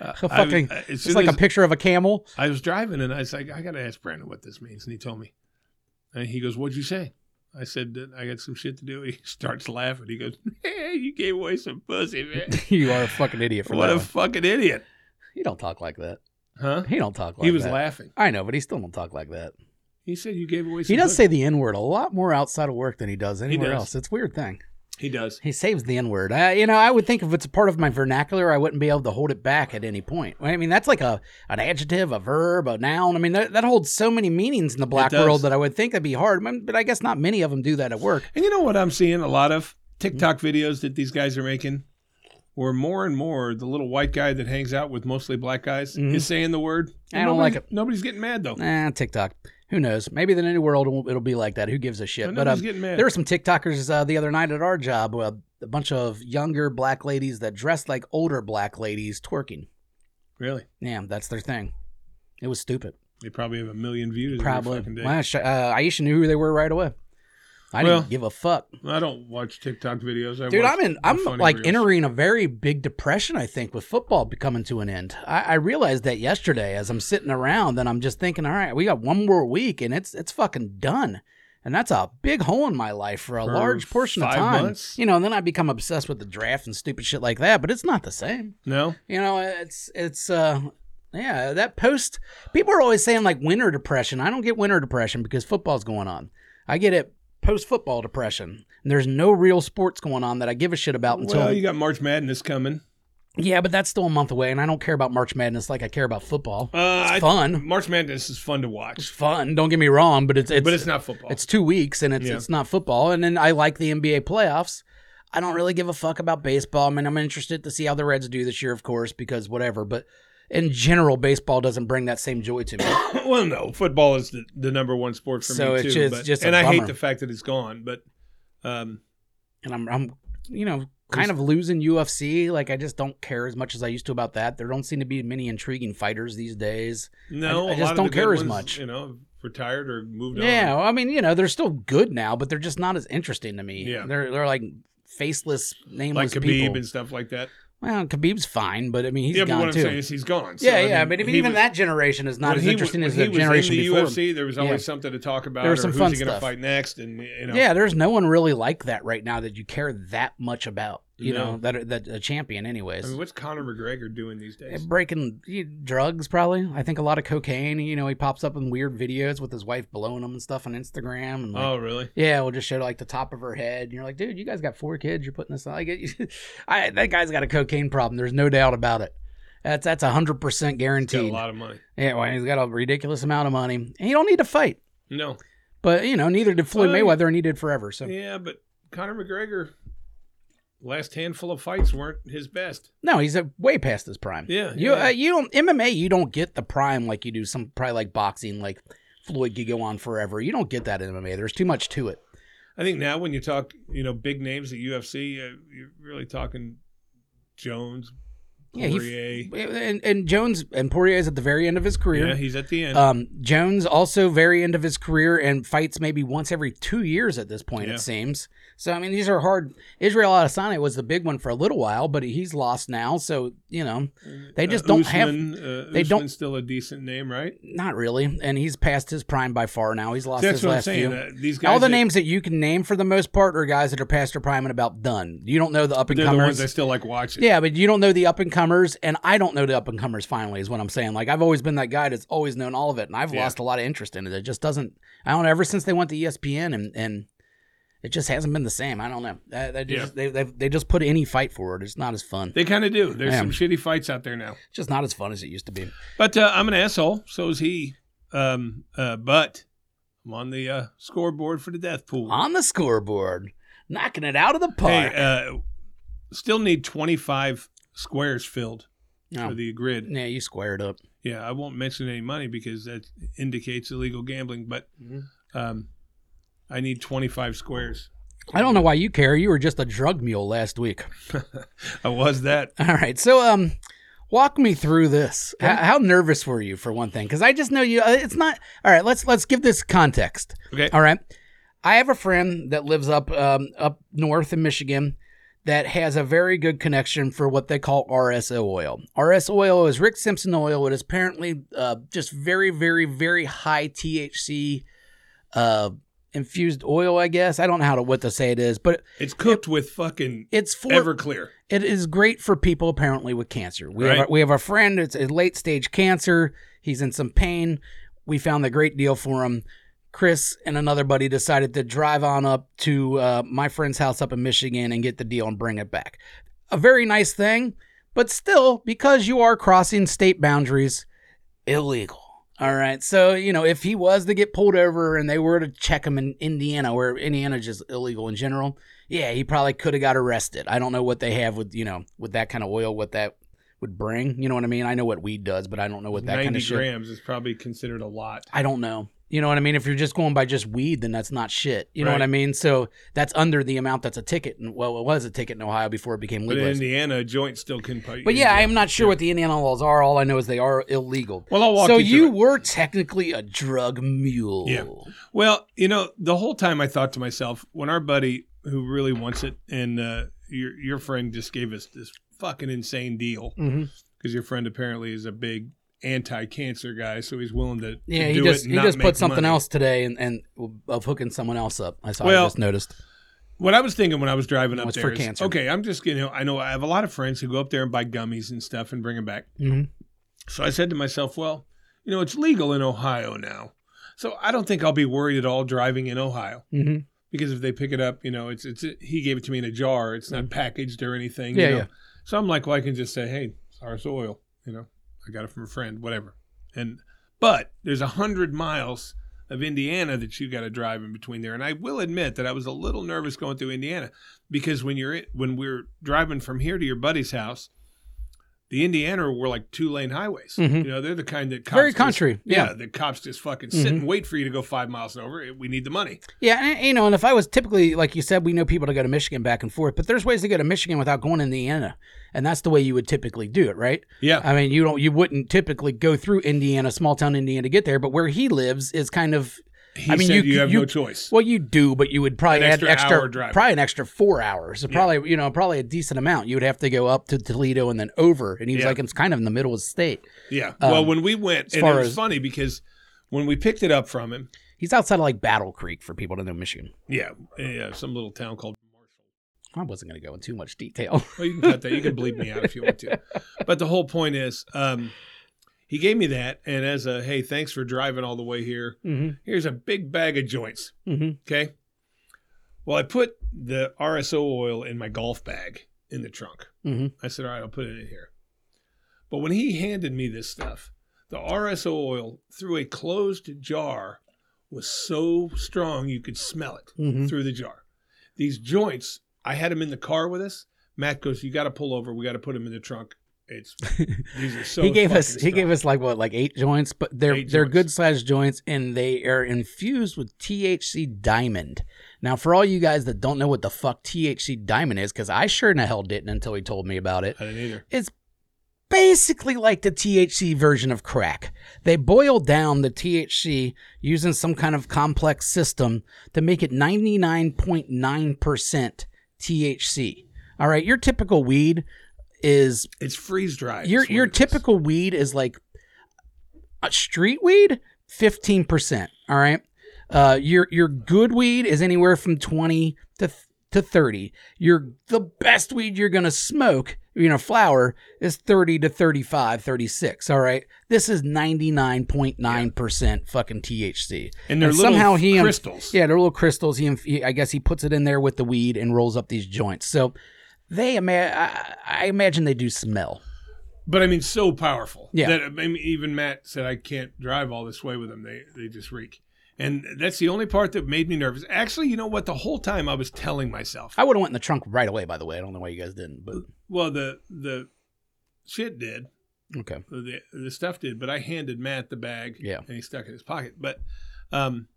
Speaker 1: A
Speaker 2: Uh, I-
Speaker 1: fucking.
Speaker 2: I- as
Speaker 1: it's
Speaker 2: soon
Speaker 1: like a
Speaker 2: as
Speaker 1: picture of a camel.
Speaker 2: I was driving and I was like, I got to ask Brandon what this means. And he told me. And he goes, What'd you say? I said, that I got some shit to do. He starts laughing. He goes, Hey, you gave away some pussy, man.
Speaker 1: you are a fucking idiot for
Speaker 2: what
Speaker 1: that.
Speaker 2: a
Speaker 1: one.
Speaker 2: fucking idiot.
Speaker 1: He don't talk like that.
Speaker 2: Huh?
Speaker 1: He don't talk like that.
Speaker 2: He was laughing.
Speaker 1: I know, but he still don't talk like that.
Speaker 2: He said, You gave away some
Speaker 1: He does
Speaker 2: pussy.
Speaker 1: say the N word a lot more outside of work than he does anywhere
Speaker 2: does.
Speaker 1: else. It's a weird thing.
Speaker 2: He does.
Speaker 1: He saves the N word. I, you know, I would think if it's a part of my vernacular, I wouldn't be able to hold it back at any point. I mean, that's like a an adjective, a verb, a noun. I mean, that, that holds so many meanings in the black
Speaker 2: does.
Speaker 1: world that I would think that'd be hard. I mean, But I guess not many of them do that at work.
Speaker 2: And you know what I'm seeing a lot of? TikTok
Speaker 1: Mm-hmm.
Speaker 2: videos that these guys are making where more and more the little white guy that hangs out with mostly black guys
Speaker 1: Mhm.
Speaker 2: is saying the word.
Speaker 1: I
Speaker 2: And
Speaker 1: don't like
Speaker 2: nobody's- Nobody's getting mad, though.
Speaker 1: Nah, TikTok. Who knows? Maybe the new world will- it'll be like that. Who gives a shit? But
Speaker 2: Nobody's
Speaker 1: um,
Speaker 2: getting mad.
Speaker 1: There were some TikTokers uh, the other night at our job, uh, a bunch of younger black ladies that dressed like older black ladies twerking.
Speaker 2: Really?
Speaker 1: Yeah, that's their thing. It was stupid.
Speaker 2: They probably have a million views. every
Speaker 1: Probably.
Speaker 2: fucking day.
Speaker 1: Well, sh- uh, Aisha knew who they were right away. I
Speaker 2: Well-
Speaker 1: didn't give a fuck,
Speaker 2: I don't watch TikTok videos. I
Speaker 1: dude.
Speaker 2: watch
Speaker 1: I'm in.
Speaker 2: the
Speaker 1: I'm
Speaker 2: funny
Speaker 1: like
Speaker 2: reels.
Speaker 1: entering a very big depression. I think with football coming to an end. I, I realized that yesterday as I'm sitting around, and I'm just thinking, all right, we got one more week, and it's it's fucking done. And that's a big hole in my life for a
Speaker 2: For
Speaker 1: large portion of
Speaker 2: five
Speaker 1: time.
Speaker 2: months?
Speaker 1: You know, and then I become obsessed with the draft and stupid shit like that. But it's not the same.
Speaker 2: No,
Speaker 1: You know, it's it's uh yeah, that post people are always saying like winter depression. I don't get winter depression because football's going on. I get it post football depression. And there's no real sports going on that I give a shit about until
Speaker 2: well, you got March Madness coming.
Speaker 1: Yeah, but that's still a month away and I don't care about March Madness like I care about football.
Speaker 2: Uh, I-
Speaker 1: it's fun.
Speaker 2: March Madness is fun to
Speaker 1: It's
Speaker 2: watch,
Speaker 1: fun, don't get me wrong, but it's it's
Speaker 2: but it's not football.
Speaker 1: it's two weeks and it's
Speaker 2: Yeah.
Speaker 1: it's not football. And then I like the NBA playoffs. I don't really give a fuck about baseball. I mean, I'm interested to see how the Reds do this year, of course, because whatever. But in general, baseball doesn't bring that same joy to me.
Speaker 2: well, no, football is the, the number one sport for
Speaker 1: So
Speaker 2: me
Speaker 1: it's
Speaker 2: too.
Speaker 1: just-
Speaker 2: but-
Speaker 1: just a
Speaker 2: and I hate
Speaker 1: bummer.
Speaker 2: the fact that it's gone, but um,
Speaker 1: and I'm, I'm, you know, kind of losing UFC. Like I just don't care as much as I used to about that. There don't seem to be many intriguing fighters these days.
Speaker 2: no,
Speaker 1: I- I
Speaker 2: a
Speaker 1: just
Speaker 2: lot of
Speaker 1: don't
Speaker 2: the good
Speaker 1: care as
Speaker 2: ones,
Speaker 1: much.
Speaker 2: You know, retired or moved
Speaker 1: Yeah,
Speaker 2: on.
Speaker 1: well, I mean, you know, they're still good now, but they're just not as interesting to me.
Speaker 2: Yeah.
Speaker 1: they're they're like faceless,
Speaker 2: like
Speaker 1: nameless
Speaker 2: Khabib
Speaker 1: people.
Speaker 2: and stuff like that.
Speaker 1: well, Khabib's fine, but I mean, he's
Speaker 2: yeah, but
Speaker 1: gone
Speaker 2: what I'm
Speaker 1: too.
Speaker 2: saying is he's gone. So,
Speaker 1: yeah, yeah, I mean,
Speaker 2: he
Speaker 1: even
Speaker 2: was-
Speaker 1: that generation is not
Speaker 2: when
Speaker 1: as
Speaker 2: he wa-
Speaker 1: interesting as
Speaker 2: when
Speaker 1: the
Speaker 2: he was
Speaker 1: generation
Speaker 2: in the
Speaker 1: before. him.
Speaker 2: UFC, there was always
Speaker 1: Yeah.
Speaker 2: something to talk about.
Speaker 1: There was
Speaker 2: or
Speaker 1: some
Speaker 2: who's
Speaker 1: fun
Speaker 2: he going to
Speaker 1: stuff.
Speaker 2: fight next? And you know,
Speaker 1: Yeah, there's no one really like that right now that you care that much about. You
Speaker 2: No.
Speaker 1: know that that a champion, anyways. Eh,
Speaker 2: I mean, what's Conor McGregor doing these days?
Speaker 1: breaking he- drugs probably i think a lot of cocaine you know he pops up in weird videos with his wife blowing him and stuff on instagram and like,
Speaker 2: oh, really?
Speaker 1: yeah we'll just show like the top of her head and you're like dude you guys got four kids you're putting this on like it, I, that guy's got a cocaine problem there's no doubt about it that's that's 100%
Speaker 2: He's got a
Speaker 1: guaranteed
Speaker 2: lot of money.
Speaker 1: yeah well, he's got a ridiculous amount of money and he don't need to fight
Speaker 2: No,
Speaker 1: but you know neither did floyd
Speaker 2: Well, he-
Speaker 1: mayweather and he did forever so
Speaker 2: yeah, but Conor McGregor, last handful of fights weren't his best.
Speaker 1: No, he's uh, way past his prime.
Speaker 2: Yeah,
Speaker 1: you
Speaker 2: yeah.
Speaker 1: Uh, you don't MMA. You don't get the prime like you do some probably like boxing. Like Floyd could go on forever. You don't get that in MMA. There's too much to it.
Speaker 2: I think now when you talk, you know, big names at UFC, uh, you're really talking Jones,
Speaker 1: Yeah,
Speaker 2: yeah,
Speaker 1: he- And, and Jones and Poirier is at the very end of his
Speaker 2: yeah,
Speaker 1: career.
Speaker 2: he's at the end.
Speaker 1: um, Jones also very end of his career and fights maybe once every two years at this point.
Speaker 2: Yeah.
Speaker 1: It seems. So I mean, these are hard. Israel Adesanya was the big one for a little while, but he's lost now. So you know,
Speaker 2: Mm.
Speaker 1: they just don't have-
Speaker 2: have. Uh,
Speaker 1: they don't-
Speaker 2: Usman's still a decent name, right?
Speaker 1: not really. And he's past his prime by far now. He's lost
Speaker 2: That's
Speaker 1: his
Speaker 2: what I'm
Speaker 1: last
Speaker 2: saying.
Speaker 1: few.
Speaker 2: Uh, these guys,
Speaker 1: All the
Speaker 2: that-
Speaker 1: names that you can name for the most part are guys that are past their prime and about done. You don't know the up and
Speaker 2: they're the ones I
Speaker 1: comers.
Speaker 2: still like watching.
Speaker 1: Yeah, but you don't know the up and comers, and I don't know the up and comers. Finally, is what I'm saying. Like I've always been that guy that's always known all of it, and I've
Speaker 2: Yeah.
Speaker 1: lost a lot of interest in it. It just doesn't. I don't know. Ever since they went to E ESPN, and and it just hasn't been the same. I don't know. They, they just they, they they just put any fight forward. It's not as fun.
Speaker 2: They kind of do. There's
Speaker 1: Yeah.
Speaker 2: some shitty fights out there now.
Speaker 1: It's just not as fun as it used to be.
Speaker 2: But uh, I'm an asshole. So is he. Um, uh, but I'm on the uh, scoreboard for the death pool.
Speaker 1: On the scoreboard, knocking it out of the park.
Speaker 2: Hey, uh, still need 25 squares filled
Speaker 1: No.
Speaker 2: for the grid.
Speaker 1: yeah, you squared up.
Speaker 2: Yeah, I won't mention any money because that indicates illegal gambling. But
Speaker 1: Mhm.
Speaker 2: um, I need 25 squares.
Speaker 1: I don't know why you care. You were just a drug mule last week.
Speaker 2: I was that.
Speaker 1: All right. So, um, walk me through this. H- how nervous were you for one thing? Because I just know you. uh, It's not all right. Let's let's give this context.
Speaker 2: Okay.
Speaker 1: All right. I have a friend that lives up um, up north in Michigan that has a very good connection for what they call RSO oil. RS oil is Rick Simpson oil. It is apparently uh, just very, very, very high THC uh, infused oil. I guess I don't know how to what to say it is, but
Speaker 2: It's cooked with fucking
Speaker 1: it's for
Speaker 2: Everclear.
Speaker 1: it is great for people apparently with cancer. We have
Speaker 2: Right.
Speaker 1: a, we have a friend it's a late stage cancer. He's in some pain. We found a great deal for him. Chris and another buddy decided to drive on up to uh, my friend's house up in Michigan and get the deal and bring it back. A very nice thing, but still, because you are crossing state boundaries, illegal. All right. So, you know, if he was to get pulled over and they were to check him in Indiana, where Indiana is just illegal in general, yeah, he probably could have got arrested. I don't know what they have with, you know, with that kind of oil, what that would bring. You know what I mean? I know what weed does, but I don't know what that
Speaker 2: 90
Speaker 1: kind of shit.
Speaker 2: grams is probably considered a lot.
Speaker 1: I don't know. You know what I mean? If you're just going by just weed, then that's not shit. You know what
Speaker 2: Right.
Speaker 1: I mean? So that's under the amount that's a ticket. And well, it was a ticket in Ohio before it became
Speaker 2: But
Speaker 1: legal.
Speaker 2: in Indiana, a joint still can put
Speaker 1: But yeah, I am not sure what the Indiana laws are. All I know is they are illegal.
Speaker 2: Well, I'll walk
Speaker 1: so
Speaker 2: you through
Speaker 1: you
Speaker 2: it.
Speaker 1: were technically a drug mule.
Speaker 2: Yeah. Well, you know, the whole time I thought to myself, when our buddy who really wants it and uh, your your friend just gave us this fucking insane deal
Speaker 1: Mhm.
Speaker 2: because your friend apparently is a big anti-cancer guy, so he's willing to, to
Speaker 1: Yeah, he
Speaker 2: do
Speaker 1: just
Speaker 2: it and
Speaker 1: he
Speaker 2: not
Speaker 1: just
Speaker 2: make
Speaker 1: put something
Speaker 2: money.
Speaker 1: else today and, and of hooking someone else up. I saw. I
Speaker 2: Well,
Speaker 1: just noticed.
Speaker 2: What I was thinking when I was driving
Speaker 1: No,
Speaker 2: up
Speaker 1: it's
Speaker 2: there
Speaker 1: for
Speaker 2: is,
Speaker 1: cancer.
Speaker 2: okay, I'm just you know, I know I have a lot of friends who go up there and buy gummies and stuff and bring them back.
Speaker 1: Mhm.
Speaker 2: So I said to myself, well, you know, it's legal in Ohio now, so I don't think I'll be worried at all driving in Ohio.
Speaker 1: Mm-hmm.
Speaker 2: because if they pick it up, you know, it's it's he gave it to me in a jar. It's not packaged or anything. you
Speaker 1: Mm. Yeah,
Speaker 2: know?
Speaker 1: yeah.
Speaker 2: So I'm like, well, I can just say, hey, it's RS oil. You know, I got it from a friend, whatever. And but there's a hundred miles of Indiana that you got to drive in between there. And I will admit that I was a little nervous going through Indiana because when you're at- when we're driving from here to your buddy's house, the Indiana were like two lane highways. You know, they're the kind that cops
Speaker 1: Mm-hmm. Very
Speaker 2: just-
Speaker 1: country,
Speaker 2: yeah,
Speaker 1: yeah. Mm-hmm.
Speaker 2: the cops just fucking sit and wait for you to go five miles an hour. We need the money.
Speaker 1: Yeah, and, you know, and if I was typically like you said, we know people to go to Michigan back and forth, but there's ways to go to Michigan without going to Indiana, and that's the way you would typically do it, right?
Speaker 2: Yeah.
Speaker 1: I mean, you don't, you wouldn't typically go through Indiana, small town Indiana, to get there, but where he lives is kind of.
Speaker 2: He
Speaker 1: I mean,
Speaker 2: said
Speaker 1: you,
Speaker 2: you, have
Speaker 1: you-
Speaker 2: no choice.
Speaker 1: Well, you do, but you would probably
Speaker 2: An
Speaker 1: add
Speaker 2: extra
Speaker 1: extra,
Speaker 2: hour drive.
Speaker 1: probably an extra four hours. So Probably, you know, probably a decent amount. You would have to go up to Toledo and then over, and he was
Speaker 2: Yeah.
Speaker 1: like, it's kind of in the middle of the state.
Speaker 2: Yeah.
Speaker 1: Um,
Speaker 2: well, when we went, and it
Speaker 1: far
Speaker 2: was
Speaker 1: as-
Speaker 2: funny because when we picked it up from him,
Speaker 1: He's outside of like Battle Creek for people to know Michigan.
Speaker 2: yeah, yeah, some little town called Marshall.
Speaker 1: I wasn't going to go in too much detail.
Speaker 2: Well, you can cut that. You can bleep me out if you want to. But the whole point is, um, he gave me that, and as a hey, thanks for driving all the way here.
Speaker 1: mm-hmm,
Speaker 2: Here's a big bag of joints.
Speaker 1: mm-hmm.
Speaker 2: Okay. Well, I put the RSO oil in my golf bag in the trunk.
Speaker 1: Mhm.
Speaker 2: I said, all right, I'll put it in here. But when he handed me this stuff, the RSO oil through a closed jar was so strong you could smell it
Speaker 1: Mhm.
Speaker 2: through the jar. These joints, I had them in the car with us. Matt goes, you got to pull over. We got to put them in the trunk. It's these are so.
Speaker 1: he gave us
Speaker 2: fucking
Speaker 1: he
Speaker 2: strong.
Speaker 1: gave us like what like eight joints, but they're
Speaker 2: Eight
Speaker 1: they're
Speaker 2: joints.
Speaker 1: good sized joints and they are infused with THC diamond. Now, for all you guys that don't know what the fuck THC diamond is, because I sure in the hell didn't until he told me about it.
Speaker 2: I didn't either.
Speaker 1: It's basically like the THC version of crack. They boil down the THC using some kind of complex system to make it 99.9% THC. All right, your typical weed is
Speaker 2: It's freeze dried.
Speaker 1: your your typical weed is like uh street weed, fifteen percent. All right. Uh, your your good weed is anywhere from twenty to th- to thirty. Your the best weed you're gonna smoke, you know, flower is thirty to 35, 36. All right. This is ninety nine point nine percent fucking THC.
Speaker 2: and they're little
Speaker 1: somehow he um,
Speaker 2: crystals.
Speaker 1: yeah, they're little crystals. He, he, I guess he puts it in there with the weed and rolls up these joints. So they, ima- I, I imagine they do smell.
Speaker 2: But I mean, so powerful.
Speaker 1: Yeah.
Speaker 2: That I mean, even Matt said I can't drive all this way with them. They they just reek, and that's the only part that made me nervous. Actually, you know what? The whole time I was telling myself,
Speaker 1: I would have went in the trunk right away. By the way, I don't know why you guys didn't, but
Speaker 2: well, the the shit did,
Speaker 1: okay.
Speaker 2: the the stuff did, but I handed Matt the bag.
Speaker 1: Yeah.
Speaker 2: And he stuck it in his pocket. But um,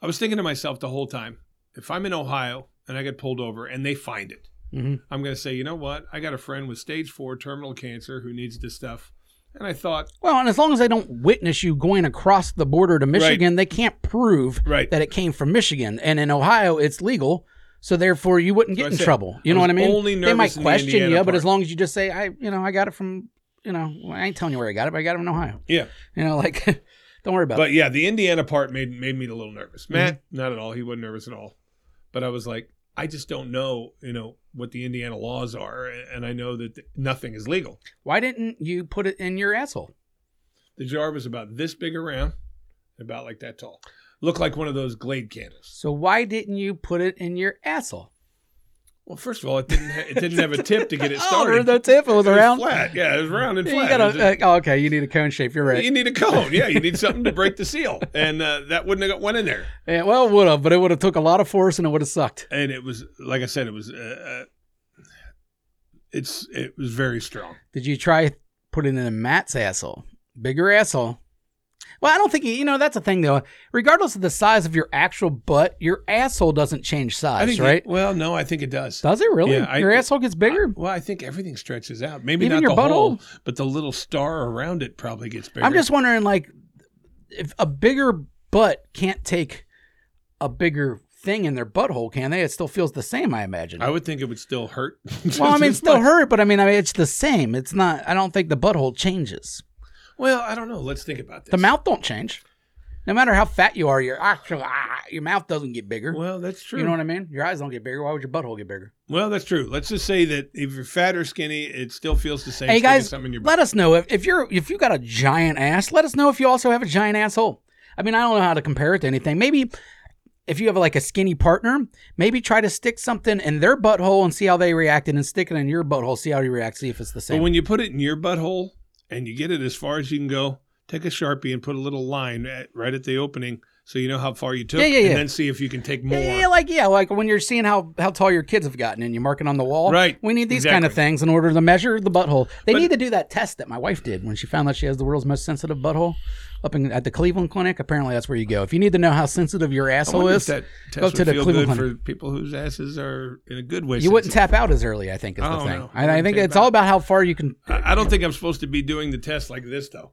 Speaker 2: I was thinking to myself the whole time, if I'm in Ohio and I get pulled over and they find it,
Speaker 1: Mhm.
Speaker 2: I'm going to say, you know what? I got a friend with stage four terminal cancer who needs this stuff. And I thought,
Speaker 1: Well, and as long as they don't witness you going across the border to Michigan, they can't prove
Speaker 2: right.
Speaker 1: that it came from Michigan. And in Ohio, it's legal, so therefore you wouldn't
Speaker 2: I
Speaker 1: get in
Speaker 2: said,
Speaker 1: trouble. You
Speaker 2: I
Speaker 1: know
Speaker 2: was
Speaker 1: what I mean?
Speaker 2: only
Speaker 1: they might
Speaker 2: nervous in the
Speaker 1: question you, but
Speaker 2: Indiana part.
Speaker 1: as long as you just say, "I, you know, I got it from, you know, well, I ain't telling you where I got it, but I got it from Ohio."
Speaker 2: yeah.
Speaker 1: You know, like, don't worry about it.
Speaker 2: But yeah, the Indiana part made made me a little
Speaker 1: Mhm.
Speaker 2: nervous. Matt, not at all. He wasn't nervous at all. But I was like, I just don't know, you know, what the Indiana laws are, a- and I know that th- nothing is legal.
Speaker 1: Why didn't you put it in your asshole?
Speaker 2: The jar was about this big around, about like that tall. Looked like one of those Glade candles.
Speaker 1: So why didn't you put it in your asshole?
Speaker 2: Well, first of all, it didn't ha- it didn't have a tip to get it
Speaker 1: Oh, there-
Speaker 2: started.
Speaker 1: the tip it was
Speaker 2: It was
Speaker 1: around.
Speaker 2: flat. Yeah, it was round and
Speaker 1: You
Speaker 2: flat. It was
Speaker 1: gotta,
Speaker 2: just-
Speaker 1: uh, oh, okay, you need a cone shape. You're right.
Speaker 2: you need a cone. Yeah, you need something to break the seal, and uh, that wouldn't have got one in there.
Speaker 1: Yeah, well, it would have, but it would have took a lot of force and it would have sucked.
Speaker 2: And it was like I said, it was uh, uh, it's it was very strong.
Speaker 1: Did you try putting it in Matt's asshole? Bigger asshole. Well, I don't think you, you know that's a thing though. Regardless of the size of your actual butt, your asshole doesn't change size,
Speaker 2: I think
Speaker 1: right?
Speaker 2: It, well, no, I think it does.
Speaker 1: Does it really?
Speaker 2: Yeah, I-
Speaker 1: your asshole gets bigger.
Speaker 2: Well, I think everything stretches out. Maybe
Speaker 1: Even
Speaker 2: not
Speaker 1: your
Speaker 2: the
Speaker 1: butthole?
Speaker 2: whole, but the little star around it probably gets bigger.
Speaker 1: I'm just wondering, like, if a bigger butt can't take a bigger thing in their butthole, can they? It still feels the same, I imagine.
Speaker 2: I would think it would still hurt.
Speaker 1: well, I mean,
Speaker 2: Just-
Speaker 1: still hurt, but I mean, I mean, it's the same. It's not. I don't think the butthole changes.
Speaker 2: Well, I don't know. Let's think about this.
Speaker 1: The mouth don't change. No matter how fat you are, your actual ah, your mouth doesn't get bigger.
Speaker 2: Well, that's true.
Speaker 1: You know what I mean? Your eyes don't get bigger. Why would your butthole get bigger?
Speaker 2: well, that's true. Let's just say that if you're fat or skinny, it still feels the same.
Speaker 1: Hey
Speaker 2: It's gonna be
Speaker 1: guys,
Speaker 2: something in your
Speaker 1: let us know if, if you're if you got a giant ass. Let us know if you also have a giant asshole. I mean, I don't know how to compare it to anything. Maybe if you have like a skinny partner, maybe try to stick something in their butthole and see how they react, and then stick it in your butthole, see how you react, see if it's the
Speaker 2: But
Speaker 1: same.
Speaker 2: when you put it in your butthole and you get it as far as you can go, take a sharpie and put a little line at, right at the opening so you know how far you took,
Speaker 1: Yeah, yeah, yeah.
Speaker 2: and then see if you can take more.
Speaker 1: Yeah, yeah, like yeah, like when you're seeing how how tall your kids have gotten and you're marking on the wall.
Speaker 2: Right,
Speaker 1: We need these kind of
Speaker 2: exactly.
Speaker 1: things in order to measure the butthole. They
Speaker 2: But-
Speaker 1: need to do that test that my wife did when she found out she has the world's most sensitive butthole up in, at the Cleveland Clinic. Apparently, that's where you go if you need to know how sensitive your
Speaker 2: I
Speaker 1: asshole
Speaker 2: wonder if
Speaker 1: is.
Speaker 2: that test
Speaker 1: go
Speaker 2: would
Speaker 1: to the
Speaker 2: feel
Speaker 1: Cleveland
Speaker 2: good
Speaker 1: Clinic.
Speaker 2: for people whose asses are in a good way.
Speaker 1: You wouldn't
Speaker 2: sensitive.
Speaker 1: tap out as early, I think, is
Speaker 2: I
Speaker 1: the
Speaker 2: don't
Speaker 1: thing.
Speaker 2: know. I
Speaker 1: And I
Speaker 2: wouldn't
Speaker 1: think
Speaker 2: tap
Speaker 1: it's all
Speaker 2: out.
Speaker 1: about how far you can.
Speaker 2: I I don't think I'm supposed to be doing the test like this though.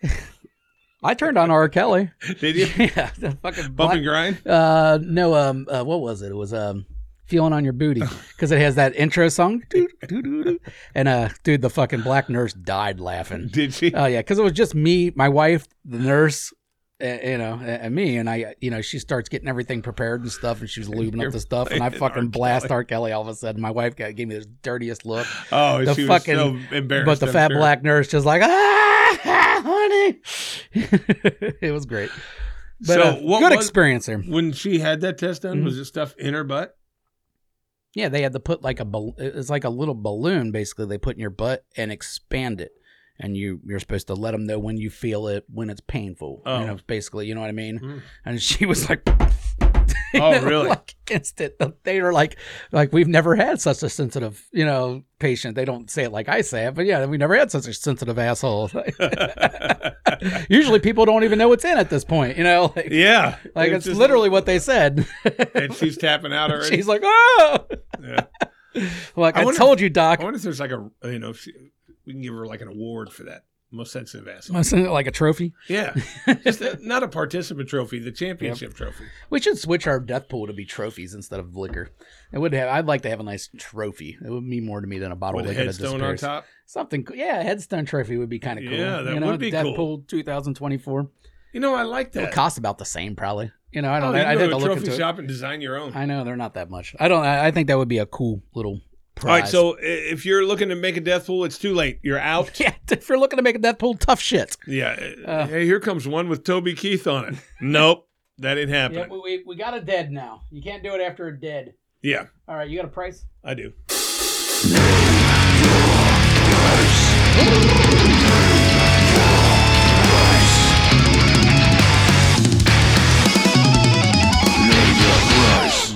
Speaker 1: I turned on R. Kelly.
Speaker 2: Did you
Speaker 1: yeah, the fucking
Speaker 2: bump
Speaker 1: black-
Speaker 2: and grind?
Speaker 1: Uh, no, um, uh, what was it? It was um, feeling on your booty because it has that intro song. Doo, doo, doo, doo. and uh, dude, the fucking black nurse died laughing.
Speaker 2: Did she?
Speaker 1: Oh yeah, because it was just me, my wife, the nurse, and, you know, a- and, me, and I, you know, she starts getting everything prepared and stuff, and she was lubing up
Speaker 2: You're
Speaker 1: the stuff, and I
Speaker 2: playing R.
Speaker 1: fucking blast
Speaker 2: Kelly.
Speaker 1: R. Kelly all of a sudden. My wife got, gave me the dirtiest look,
Speaker 2: oh,
Speaker 1: the
Speaker 2: she
Speaker 1: fucking-
Speaker 2: was so embarrassed.
Speaker 1: but the
Speaker 2: I'm
Speaker 1: fat
Speaker 2: sure.
Speaker 1: black nurse just like, ah, honey, it was great. But
Speaker 2: So
Speaker 1: uh,
Speaker 2: what
Speaker 1: good
Speaker 2: was-
Speaker 1: experience there.
Speaker 2: When she had that test done,
Speaker 1: Mm-hmm.
Speaker 2: was it stuff in her butt?
Speaker 1: Yeah, they had to put like a bal- it's like a little balloon basically they put in your butt and expand it, and you you're supposed to let them know when you feel it when it's painful.
Speaker 2: Oh.
Speaker 1: You know, basically, you know what I mean.
Speaker 2: Mm.
Speaker 1: And she was like,
Speaker 2: Oh, really?
Speaker 1: Like against it, they were like, like we've never had such a sensitive, you know, patient. They don't say it like I say it, but yeah, we never had such a sensitive asshole. Usually, people don't even know what's in at this point, you know. Like,
Speaker 2: Yeah,
Speaker 1: like
Speaker 2: It's
Speaker 1: it's,
Speaker 2: just-
Speaker 1: literally what they said.
Speaker 2: and she's tapping out already.
Speaker 1: She's like, oh.
Speaker 2: Yeah.
Speaker 1: Like
Speaker 2: I
Speaker 1: I,
Speaker 2: wonder if-
Speaker 1: told you, Doc.
Speaker 2: I wonder if there's like a you know if she, we can give her like an award for that most sensitive asshole.
Speaker 1: Wanna send it like a trophy.
Speaker 2: Yeah, just a, not a participant trophy, the championship trophy.
Speaker 1: We should switch our death pool to be trophies instead of liquor. It would have. I'd like to have a nice trophy. It would mean more to me than a bottle
Speaker 2: With
Speaker 1: of
Speaker 2: a
Speaker 1: liquor
Speaker 2: headstone
Speaker 1: that
Speaker 2: on
Speaker 1: disappears.
Speaker 2: top.
Speaker 1: Something. cool. Yeah, a headstone trophy would be kind of cool.
Speaker 2: Yeah, that
Speaker 1: you know,
Speaker 2: would be
Speaker 1: death
Speaker 2: cool.
Speaker 1: pool 2024.
Speaker 2: You know, I like that.
Speaker 1: It costs about the same, probably. You know, I
Speaker 2: Oh,
Speaker 1: don't.
Speaker 2: you
Speaker 1: know.
Speaker 2: can
Speaker 1: I
Speaker 2: go
Speaker 1: did
Speaker 2: to
Speaker 1: to
Speaker 2: a
Speaker 1: look
Speaker 2: trophy
Speaker 1: into it.
Speaker 2: shop and design your own.
Speaker 1: I know they're not that much. I don't. I, I think that would be a cool little. Prize.
Speaker 2: All right, so i- if you're looking to make a death pool, it's too late. You're out.
Speaker 1: yeah, if you're looking to make a death pool, tough shit.
Speaker 2: Yeah.
Speaker 1: Uh.
Speaker 2: hey, here comes one with Toby Keith on it. Nope, that ain't happening.
Speaker 1: we, we, we got a dead now. You can't do it after a dead.
Speaker 2: yeah,
Speaker 1: All right, you got a price.
Speaker 2: I do.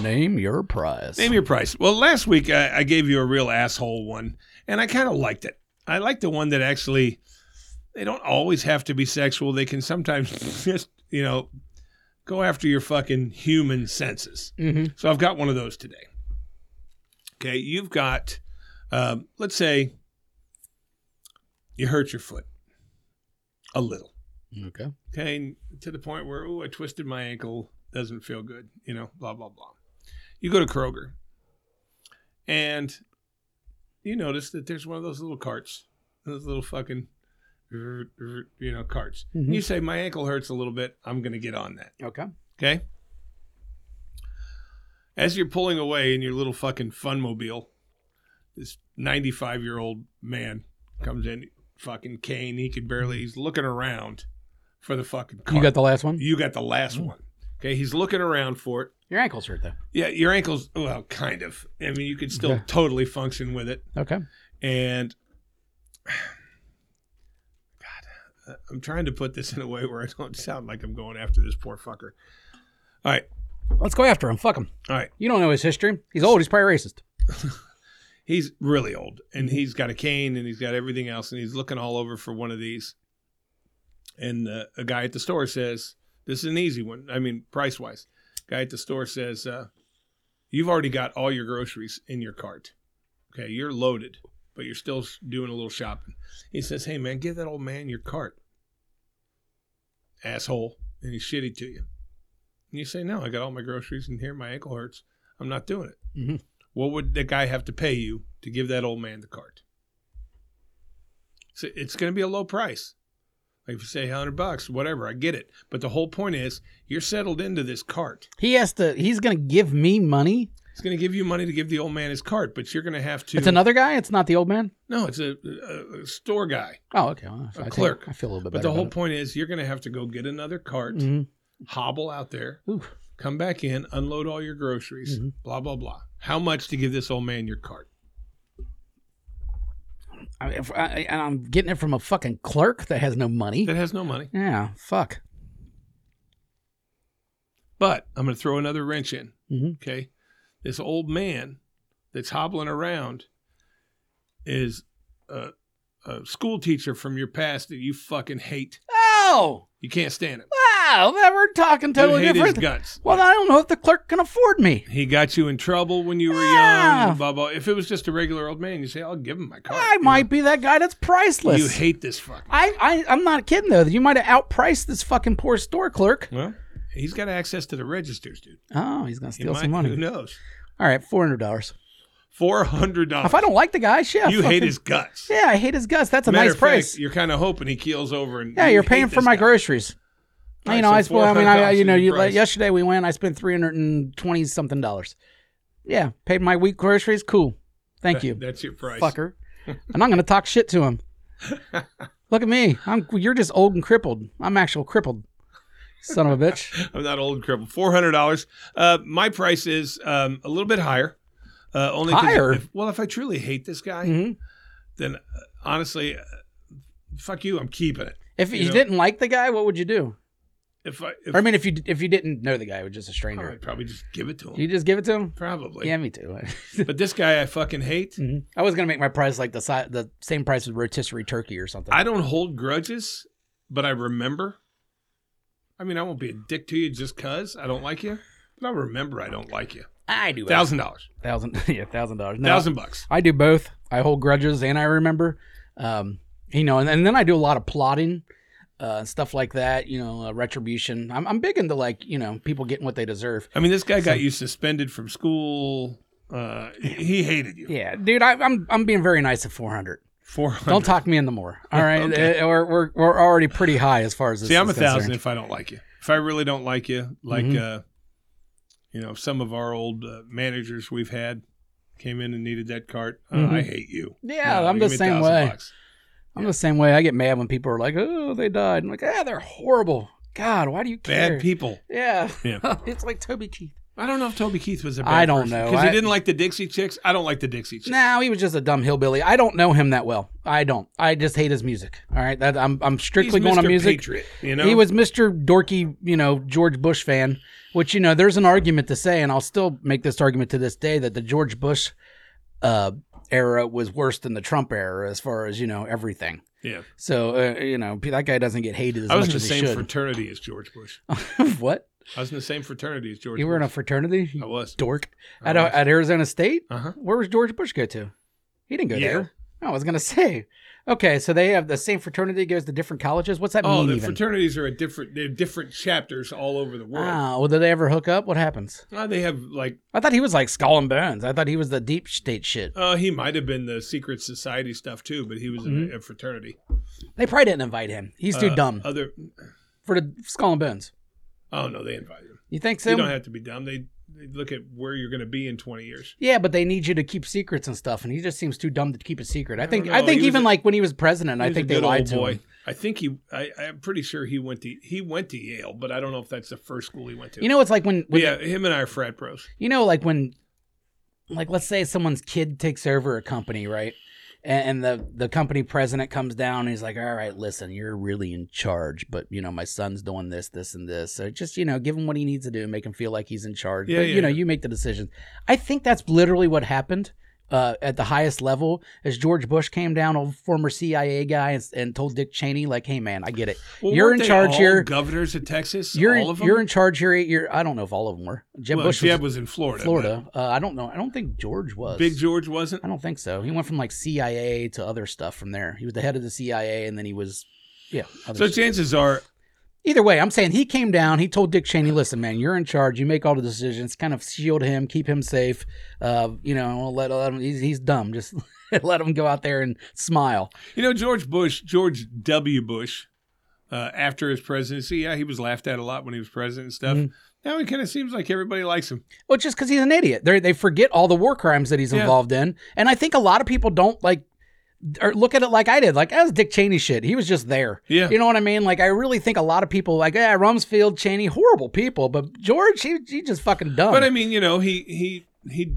Speaker 1: Name your prize.
Speaker 2: Name your price. Well, last week I, I gave you a real asshole one, and I kind of liked it. I like the one that actually they don't always have to be sexual. They can sometimes just you know go after your fucking human senses.
Speaker 1: mm-hmm.
Speaker 2: So I've got one of those today. Okay, you've got um, let's say you hurt your foot a little.
Speaker 1: Okay.
Speaker 2: Okay, and to the point where, oh, I twisted my ankle, doesn't feel good, you know, blah, blah, blah. You go to Kroger and you notice that there's one of those little carts, those little fucking, you know, carts.
Speaker 1: Mhm.
Speaker 2: You say, my ankle hurts a little bit, I'm going to get on that.
Speaker 1: Okay.
Speaker 2: Okay. As you're pulling away in your little fucking fun mobile, this 95 year old man comes in, fucking cane. He can barely, he's looking around for the fucking car.
Speaker 1: You got Mm. the last one.
Speaker 2: you got the last one. Okay. He's looking around for it.
Speaker 1: Your ankles hurt though.
Speaker 2: Yeah. Your ankle's, well, kind of. I mean, you could still
Speaker 1: Okay.
Speaker 2: totally function with it.
Speaker 1: Okay.
Speaker 2: And God, uh, I'm trying to put this in a way where I don't sound like I'm going after this poor fucker. All right.
Speaker 1: Let's go after him. Fuck him.
Speaker 2: All right.
Speaker 1: You don't know his history. He's old. He's probably racist.
Speaker 2: he's really old and he's got a cane and he's got everything else and he's looking all over for one of these and uh, a guy at the store says this is an easy one i mean price wise guy at the store says uh, you've already got all your groceries in your cart okay you're loaded but you're still s- doing a little shopping he says hey man give that old man your cart asshole and he's shitty to you and you say no i got all my groceries in here my ankle hurts i'm not doing it what would the guy have to pay you to give that old man the cart? So it's going to be a low price. Like if you say 100 bucks, whatever, I get it. But the whole point is you're settled into this cart.
Speaker 1: He has to. He's gonna give me money.
Speaker 2: It's going to give you money to give the old man his cart, but you're going to have to.
Speaker 1: It's another guy. It's not the old man.
Speaker 2: no, it's a, a, a store guy.
Speaker 1: Oh, okay. Well, I
Speaker 2: A
Speaker 1: think-
Speaker 2: clerk.
Speaker 1: I feel a little bit
Speaker 2: But
Speaker 1: better.
Speaker 2: the whole point is you're going to have to go get another cart,
Speaker 1: point.
Speaker 2: hobble out there,
Speaker 1: hmm Ooh.
Speaker 2: come back in, unload all your groceries,
Speaker 1: Mhm.
Speaker 2: blah, blah, blah. How much to give this old man your cart?
Speaker 1: I, if I, and I'm getting it from a fucking clerk that has no money.
Speaker 2: That has no money.
Speaker 1: Yeah. Fuck.
Speaker 2: But I'm going to throw another wrench in.
Speaker 1: Mhm.
Speaker 2: Okay. This old man that's hobbling around is a, a school teacher from your past that you fucking hate.
Speaker 1: Oh,
Speaker 2: You can't stand him.
Speaker 1: wow. That we're talking totally
Speaker 2: you hate
Speaker 1: different.
Speaker 2: his guts.
Speaker 1: Well, I don't know if the clerk can afford me.
Speaker 2: He got you in trouble when you were
Speaker 1: Ah.
Speaker 2: young. and Blah blah. If it was just a regular old man, you say, "I'll give him my car."
Speaker 1: I
Speaker 2: You
Speaker 1: might be that guy that's
Speaker 2: know,
Speaker 1: priceless.
Speaker 2: Oh, You hate this fucking.
Speaker 1: I, I, I'm not kidding though. You might have outpriced this fucking poor store clerk.
Speaker 2: Well, he's got access to the registers, dude.
Speaker 1: Oh, he's gonna
Speaker 2: He
Speaker 1: steal
Speaker 2: might-
Speaker 1: some
Speaker 2: Who
Speaker 1: money.
Speaker 2: knows?
Speaker 1: All right, four hundred dollars.
Speaker 2: Four hundred dollars.
Speaker 1: If I don't like the guy, shit. I
Speaker 2: Oh, You hate
Speaker 1: fucking-
Speaker 2: his guts.
Speaker 1: Yeah, I hate his guts. That's a
Speaker 2: Matter
Speaker 1: nice
Speaker 2: of
Speaker 1: price.
Speaker 2: Fact, you're kind of hoping he keels over and
Speaker 1: yeah,
Speaker 2: you
Speaker 1: you're
Speaker 2: hate
Speaker 1: paying for
Speaker 2: this
Speaker 1: my
Speaker 2: guy.
Speaker 1: groceries.
Speaker 2: All
Speaker 1: you
Speaker 2: right,
Speaker 1: know,
Speaker 2: so
Speaker 1: I spoil. I mean, I, I-
Speaker 2: $400
Speaker 1: you know,
Speaker 2: is your
Speaker 1: you like,
Speaker 2: price.
Speaker 1: yesterday we went. I spent three hundred and twenty something dollars. Yeah, paid my week groceries. Cool. Thank
Speaker 2: That-
Speaker 1: you,
Speaker 2: That's your price.
Speaker 1: fucker. I'm not gonna talk shit to him. Look at me. I'm. You're just old and crippled. I'm actual crippled. Son of a bitch.
Speaker 2: I'm not old and crippled. Four hundred dollars. Uh, my price is um, a little bit higher. Uh, only 'cause
Speaker 1: Higher?
Speaker 2: If, well, if I truly hate this guy,
Speaker 1: hmm
Speaker 2: then uh, honestly, uh, fuck you. I'm keeping it.
Speaker 1: If you,
Speaker 2: You know.
Speaker 1: didn't like the guy, what would you do?
Speaker 2: If I, if,
Speaker 1: Or, I mean, if you if you didn't know the guy, it was just a stranger.
Speaker 2: I'd probably just give it to him.
Speaker 1: You just give it to him.
Speaker 2: Probably.
Speaker 1: yeah, me too.
Speaker 2: But this guy I fucking hate.
Speaker 1: Mhm. I was gonna make my price like the si- the same price as rotisserie turkey or something.
Speaker 2: I don't hold grudges, but I remember. I mean, I won't be a dick to you just cause I don't like you. But I remember I don't like you.
Speaker 1: I do
Speaker 2: Thousand dollars.
Speaker 1: thousand yeah thousand dollars. No,
Speaker 2: Thousand bucks.
Speaker 1: I do both. I hold grudges and I remember, um, you know, and, and then I do a lot of plotting, uh, and stuff like that. You know, uh, retribution. I'm I'm big into like you know people getting what they deserve.
Speaker 2: I mean, this guy got you suspended from school. Uh, he hated you.
Speaker 1: Yeah, dude, I, I'm I'm being very nice at 400.
Speaker 2: Four
Speaker 1: Don't
Speaker 2: hundred.
Speaker 1: talk me into more. All right, Uh, we're, we're we're already pretty high as far as this Mm-hmm.
Speaker 2: See, I'm a
Speaker 1: is
Speaker 2: thousand
Speaker 1: concerned.
Speaker 2: if I don't like you. If I really don't like you, like uh, you know, some of our old uh, managers we've had came in and needed that cart. Uh, I hate you.
Speaker 1: Mm-hmm. Yeah,
Speaker 2: No,
Speaker 1: I'm the
Speaker 2: give me a
Speaker 1: same
Speaker 2: thousand
Speaker 1: way.
Speaker 2: bucks.
Speaker 1: I'm the same way. I get mad when people are like, "Oh, they died." I'm like, "Ah, they're horrible." God, why do you care?
Speaker 2: Bad people.
Speaker 1: Yeah.
Speaker 2: Yeah.
Speaker 1: it's like Toby Keith.
Speaker 2: I don't know if Toby Keith was a bad
Speaker 1: I don't know.
Speaker 2: because he
Speaker 1: I-
Speaker 2: didn't like the Dixie Chicks. I don't like the Dixie Chicks.
Speaker 1: No, he was just a dumb hillbilly. I don't know him that well. I don't. I just hate his music. All right, that I'm I'm
Speaker 2: He's
Speaker 1: strictly going
Speaker 2: Mr.
Speaker 1: on music.
Speaker 2: Patriot, you know,
Speaker 1: He was Mr. Dorky, you know, George Bush fan, which you know, there's an argument to say, and I'll still make this argument to this day that the George Bush uh, era was worse than the Trump era as far as you know everything.
Speaker 2: Yeah,
Speaker 1: So uh, you know, that guy doesn't get hated as
Speaker 2: I was in
Speaker 1: much
Speaker 2: the
Speaker 1: as he
Speaker 2: same
Speaker 1: should.
Speaker 2: fraternity as George Bush.
Speaker 1: what?
Speaker 2: I was in the same fraternity as George. Oh.
Speaker 1: You were in a
Speaker 2: Bush.
Speaker 1: fraternity?
Speaker 2: I was.
Speaker 1: dork at, uh, at Arizona State.
Speaker 2: Uh-huh.
Speaker 1: Where was George Bush go to? He didn't go
Speaker 2: Yale.
Speaker 1: there. I was gonna say. Okay, so they have the same fraternity goes to different colleges. What's that
Speaker 2: Oh,
Speaker 1: mean?
Speaker 2: the
Speaker 1: even?
Speaker 2: fraternities are a different. They have different chapters all over the world.
Speaker 1: Ah, well, do they ever hook up? What happens?
Speaker 2: Uh, they have like
Speaker 1: I thought he was like Skull and Bones. I thought he was the deep state shit.
Speaker 2: uh, he might have been the secret society stuff too, but he was in a, a fraternity.
Speaker 1: They probably didn't invite him. He's Mm-hmm. too
Speaker 2: Uh,
Speaker 1: dumb
Speaker 2: Other
Speaker 1: for the Skull and Bones.
Speaker 2: oh no, they invited him.
Speaker 1: You think
Speaker 2: You
Speaker 1: so?
Speaker 2: don't have to be dumb. They, they look at where you're going to be in 20 years.
Speaker 1: yeah, but they need you to keep secrets and stuff, and he just seems too dumb to keep a secret. I think.
Speaker 2: don't
Speaker 1: I,
Speaker 2: know.
Speaker 1: think
Speaker 2: He was
Speaker 1: even
Speaker 2: a-
Speaker 1: like when he was president,
Speaker 2: He
Speaker 1: I
Speaker 2: was
Speaker 1: think
Speaker 2: a
Speaker 1: they
Speaker 2: good
Speaker 1: lied
Speaker 2: old
Speaker 1: to him.
Speaker 2: I think he. I, I'm pretty sure he went to he went to Yale, but I don't know if that's the first school he went to.
Speaker 1: You know, it's like when,
Speaker 2: But
Speaker 1: when
Speaker 2: yeah, him and I are frat bros.
Speaker 1: you know like when like let's say someone's kid takes over a company right and, and the the company president comes down and he's like all right listen you're really in charge but you know my son's doing this this and this so just you know give him what he needs to do make him feel like he's in charge
Speaker 2: Yeah,
Speaker 1: but
Speaker 2: yeah,
Speaker 1: you know
Speaker 2: yeah.
Speaker 1: you make the decisions i think that's literally what happened uh, at the highest level, as George Bush came down, old former CIA guy, and, and told Dick Cheney, like, "Hey, man, I get it.
Speaker 2: Well,
Speaker 1: you're
Speaker 2: weren't
Speaker 1: in
Speaker 2: they
Speaker 1: charge
Speaker 2: all
Speaker 1: here.
Speaker 2: Governors of Texas.
Speaker 1: You're
Speaker 2: all of them.
Speaker 1: you're in charge here. You're, I don't know if all of them were. Jeb
Speaker 2: well,
Speaker 1: Bush
Speaker 2: Jeb
Speaker 1: was
Speaker 2: was in Florida.
Speaker 1: Florida. Uh, I don't know. I don't think George was.
Speaker 2: but Big George wasn't.
Speaker 1: I don't think so. He went from like CIA to other stuff from there. He was the head of the CIA, and then he was, yeah. Other
Speaker 2: So
Speaker 1: stuff.
Speaker 2: chances are,
Speaker 1: Either way, I'm saying he came down. He told Dick Cheney, "Listen, man, you're in charge. You make all the decisions. Kind of shield him, keep him safe. Uh, you know, let, let him. He's, he's dumb. Just let him go out there and smile."
Speaker 2: you know, George Bush, George W. Bush, uh, after his presidency, yeah, he was laughed at a lot when he was president and stuff.
Speaker 1: Mm-hmm.
Speaker 2: Now he kind of seems like everybody likes him.
Speaker 1: Well, it's just because he's an idiot. They they forget all the war crimes that he's
Speaker 2: Yeah.
Speaker 1: involved in, and I think a lot of people don't like or look at it like I did. Like that was Dick Cheney shit. He was just there.
Speaker 2: Yeah.
Speaker 1: you know what I mean. Like I really think a lot of people like yeah, Rumsfeld, Oh, Cheney, horrible people, but George, he he just fucking dumb.
Speaker 2: But I mean, you know, he he he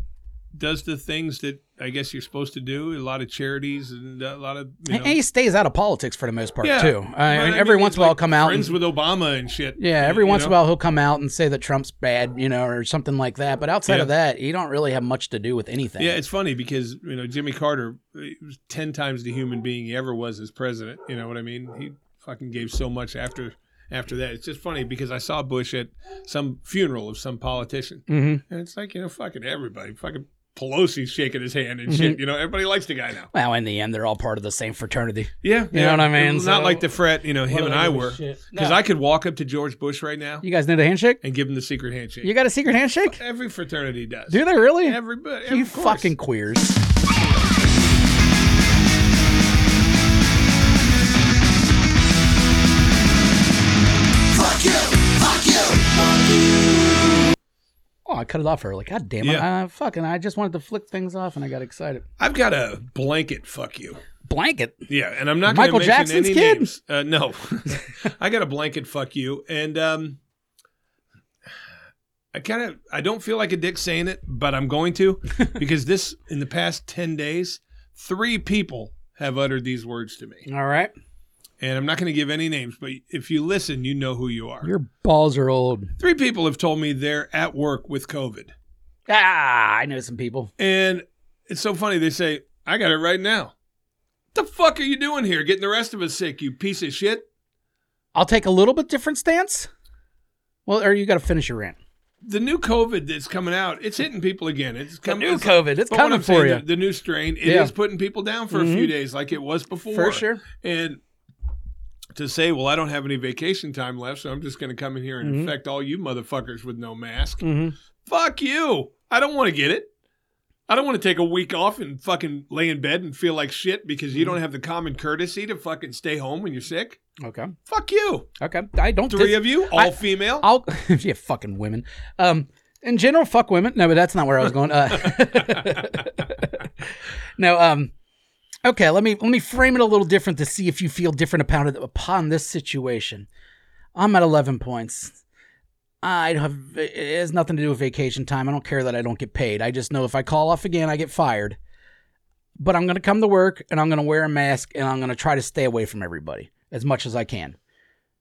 Speaker 2: does the things that I guess you're supposed to do. A lot of charities and a lot of you know,
Speaker 1: And he stays out of politics for the most part
Speaker 2: Yeah.
Speaker 1: too. I-
Speaker 2: Well, I
Speaker 1: and
Speaker 2: mean,
Speaker 1: every
Speaker 2: he's
Speaker 1: once in a while,
Speaker 2: like
Speaker 1: come out.
Speaker 2: friends
Speaker 1: and-
Speaker 2: with Obama and shit.
Speaker 1: yeah, every
Speaker 2: you
Speaker 1: once in
Speaker 2: know?
Speaker 1: a while he'll come out and say that Trump's bad, you know, or something like that. But outside of that, you don't really have much to do with anything.
Speaker 2: Yeah, it's funny because you know Jimmy Carter he was ten times the human being he ever was as president. You know what I mean? He fucking gave so much after after that. It's just funny because I saw Bush at some funeral of some politician,
Speaker 1: Mhm.
Speaker 2: and it's like you know fucking everybody, fucking Pelosi's shaking his hand and shit. You know, everybody likes the guy now.
Speaker 1: Well, in the end, they're all part of the same fraternity.
Speaker 2: Yeah, you
Speaker 1: know what I mean?
Speaker 2: Not like
Speaker 1: So-
Speaker 2: the fret. You know, him and I were because I could walk up to George Bush right now
Speaker 1: You guys need a handshake?
Speaker 2: and give him the secret handshake.
Speaker 1: You got a secret handshake?
Speaker 2: Every fraternity does.
Speaker 1: Do they really?
Speaker 2: Everybody,
Speaker 1: you
Speaker 2: of course.
Speaker 1: fucking queers. Oh, I cut it off early. God damn it.
Speaker 2: Yeah.
Speaker 1: I, fucking, I just wanted to flick things off and I got excited.
Speaker 2: I've got a blanket. Fuck you.
Speaker 1: Blanket.
Speaker 2: Yeah, and I'm not going to
Speaker 1: Michael
Speaker 2: mention
Speaker 1: Jackson's
Speaker 2: any
Speaker 1: kid?
Speaker 2: names. Uh, no, I got a blanket. Fuck you. And um, I kind of I don't feel like a dick saying it, but I'm going to because this in the past ten days, three people have uttered these words to me,
Speaker 1: All right.
Speaker 2: and I'm not going to give any names. But if you listen, you know who you are.
Speaker 1: Your balls are old.
Speaker 2: Three people have told me they're at work with COVID,
Speaker 1: Ah, I know some people.
Speaker 2: and it's so funny. They say, "I got it right now." The fuck are you doing here? Getting the rest of us sick, you piece of shit.
Speaker 1: I'll take a little bit different stance. Well, or you got to finish your rant.
Speaker 2: the new COVID that's coming out, it's hitting people again. It's
Speaker 1: The
Speaker 2: coming.
Speaker 1: new COVID, it's coming for you.
Speaker 2: The, the new strain, it is
Speaker 1: Yeah. Mm-hmm.
Speaker 2: putting people down for a few days, like it was before.
Speaker 1: For sure.
Speaker 2: And to say, well, I don't have any vacation time left, so I'm just going to come in here
Speaker 1: Mm-hmm.
Speaker 2: and infect all you motherfuckers with no mask.
Speaker 1: Mhm.
Speaker 2: Fuck you. I don't want to get it. I don't want to take a week off and fucking lay in bed and feel like shit because
Speaker 1: Mm-hmm.
Speaker 2: you don't have the common courtesy to fucking stay home when you're sick.
Speaker 1: Okay.
Speaker 2: Fuck you.
Speaker 1: Okay. I don't
Speaker 2: Three
Speaker 1: dis-
Speaker 2: of you, all
Speaker 1: I-
Speaker 2: female.
Speaker 1: I'll yeah, fucking women. Um, in general, fuck women. No, but that's not where I was going. Uh, no. Um. Okay. Let me let me frame it a little different to see if you feel different upon it- upon this situation. I'm at 11 points. I don't have it has nothing to do with vacation time. I don't care that I don't get paid. I just know if I call off again, I get fired. But I'm gonna come to work and I'm gonna wear a mask and I'm gonna try to stay away from everybody as much as I can.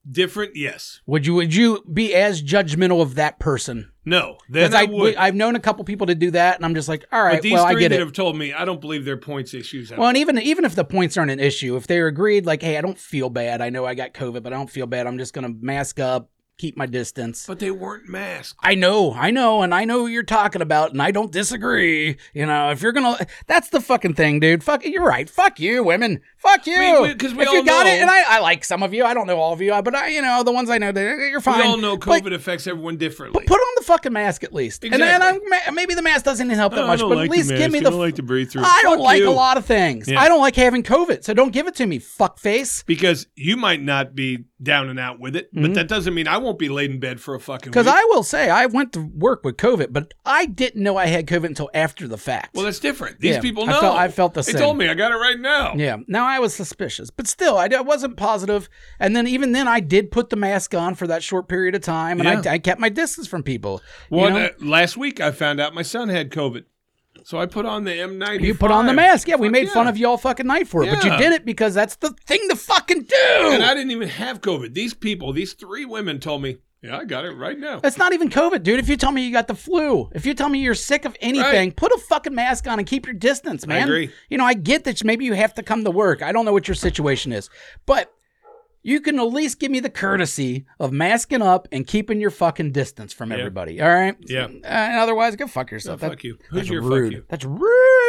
Speaker 2: Different, yes.
Speaker 1: Would you would you be as judgmental of that person?
Speaker 2: No. Then
Speaker 1: Because
Speaker 2: I
Speaker 1: I,
Speaker 2: would.
Speaker 1: have known a couple people to do that, and I'm just like, all right,
Speaker 2: But these
Speaker 1: well, I
Speaker 2: three
Speaker 1: get
Speaker 2: that
Speaker 1: it.
Speaker 2: have told me, I don't believe their points issues. at
Speaker 1: well,
Speaker 2: all.
Speaker 1: and even even if the points aren't an issue, if they're agreed, like, hey, I don't feel bad. I know I got COVID, but I don't feel bad. I'm just gonna mask up, keep my distance.
Speaker 2: but they weren't masked.
Speaker 1: I know, I know, and I know who you're talking about, and I don't disagree. You know, if you're gonna, that's the fucking thing, dude. Fuck, you're right. Fuck you, women. Fuck you.
Speaker 2: mean, we- 'cause we
Speaker 1: if you
Speaker 2: all
Speaker 1: got
Speaker 2: know-
Speaker 1: it, and I, I like some of you. I don't know all of you, but I, you know, the ones I know, they're- you're fine.
Speaker 2: We all know
Speaker 1: But
Speaker 2: COVID affects everyone differently.
Speaker 1: Put on the fucking mask at least. And, and
Speaker 2: Exactly.
Speaker 1: I'm, ma- maybe the mask doesn't help that much, but at least give me the. f-
Speaker 2: to breathe through.
Speaker 1: I don't like a lot of things.
Speaker 2: Yeah.
Speaker 1: I don't like having COVID, so don't give it to me, fuckface.
Speaker 2: because you might not be down and out with it, but that doesn't mean I won't be laid in bed for a fucking.
Speaker 1: Because
Speaker 2: Week.
Speaker 1: Mm-hmm. I will say, I went to work with COVID, but I didn't know I had COVID until after the fact.
Speaker 2: well, that's different. These
Speaker 1: Yeah,
Speaker 2: people
Speaker 1: I
Speaker 2: know.
Speaker 1: felt- I felt the
Speaker 2: they
Speaker 1: same.
Speaker 2: told me I got it right now.
Speaker 1: yeah. Now I was suspicious, but still, I, I wasn't positive. And then even then, I did put the mask on for that short period of time, and
Speaker 2: Yeah.
Speaker 1: I, I kept my distance from people.
Speaker 2: Well,
Speaker 1: you, know?
Speaker 2: uh, last week I found out my son had COVID, so I put on the M95.
Speaker 1: You put on the mask. Yeah, we
Speaker 2: Fuck
Speaker 1: made fun
Speaker 2: yeah.
Speaker 1: of you all fucking night for it, but you
Speaker 2: Yeah.
Speaker 1: did it because that's the thing to fucking do.
Speaker 2: And I didn't even have COVID. These people, these three women, told me, "Yeah, I got it right now."
Speaker 1: That's not even COVID, dude. If you tell me you got the flu, if you tell me you're sick of anything, put a fucking mask on and keep your distance, man.
Speaker 2: agree.
Speaker 1: You know, I get that maybe you have to come to work. I don't know what your situation is, but you can at least give me the courtesy of masking up and keeping your fucking distance from everybody. All right.
Speaker 2: Yeah.
Speaker 1: Uh, and otherwise, go fuck yourself. That-
Speaker 2: fuck you. Who's
Speaker 1: that's
Speaker 2: your
Speaker 1: rude.
Speaker 2: fuck you?
Speaker 1: That's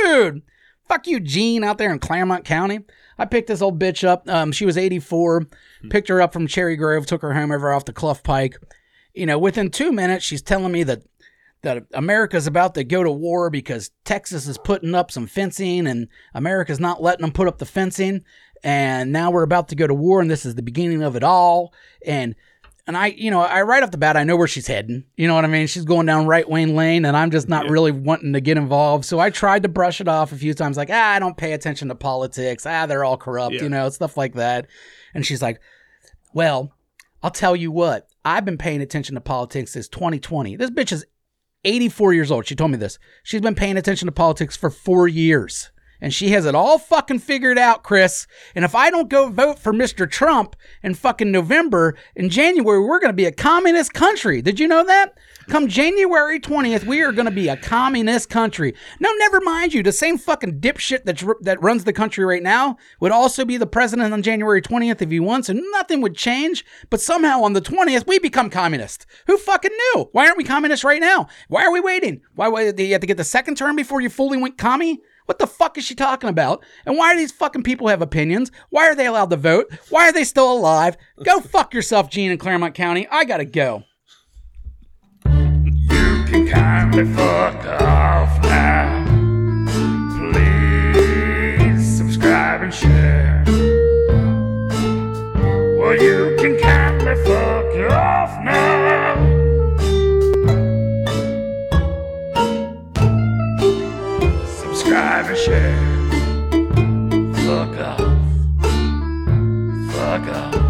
Speaker 1: rude. Fuck you, Jean, out there in Claremont County. I picked this old bitch up. Um, she was 84.
Speaker 2: Hmm.
Speaker 1: Picked her up from Cherry Grove. Took her home over off the Clough Pike. You know, within two minutes, she's telling me that that America's about to go to war because Texas is putting up some fencing and America's not letting them put up the fencing. And now we're about to go to war, and this is the beginning of it all. And and I, you know, I right off the bat, I know where she's heading. You know what I mean? She's going down right wing lane, and I'm just not really wanting to get involved. So I tried to brush it off a few times, like, ah, I don't pay attention to politics. Ah, they're all corrupt,
Speaker 2: Yeah.
Speaker 1: you know, stuff like that. And she's like, well, I'll tell you what, I've been paying attention to politics since 2020. This bitch is 84 years old. She told me this. She's been paying attention to politics for four years. And she has it all fucking figured out, Chris. And if I don't go vote for Mr. Trump in fucking November, in January, we're going to be a communist country. Did you know that? Come January 20th, we are going to be a communist country. No, never mind you. The same fucking dipshit that's, ru- that runs the country right now would also be the president on January 20th if he won, so nothing would change. But somehow on the 20th, we become communist. Who fucking knew? Why aren't we communists right now? Why are we waiting? Why, why do you have to get the second term before you fully went commie? What the fuck is she talking about? And why do these fucking people have opinions? Why are they allowed to vote? Why are they still alive? Go fuck yourself, Gene in Claremont County. I gotta go.
Speaker 4: You can kindly fuck off now. Please subscribe and share. Well, you can kindly fuck off now. Subscribe and share. Fuck off. Fuck off.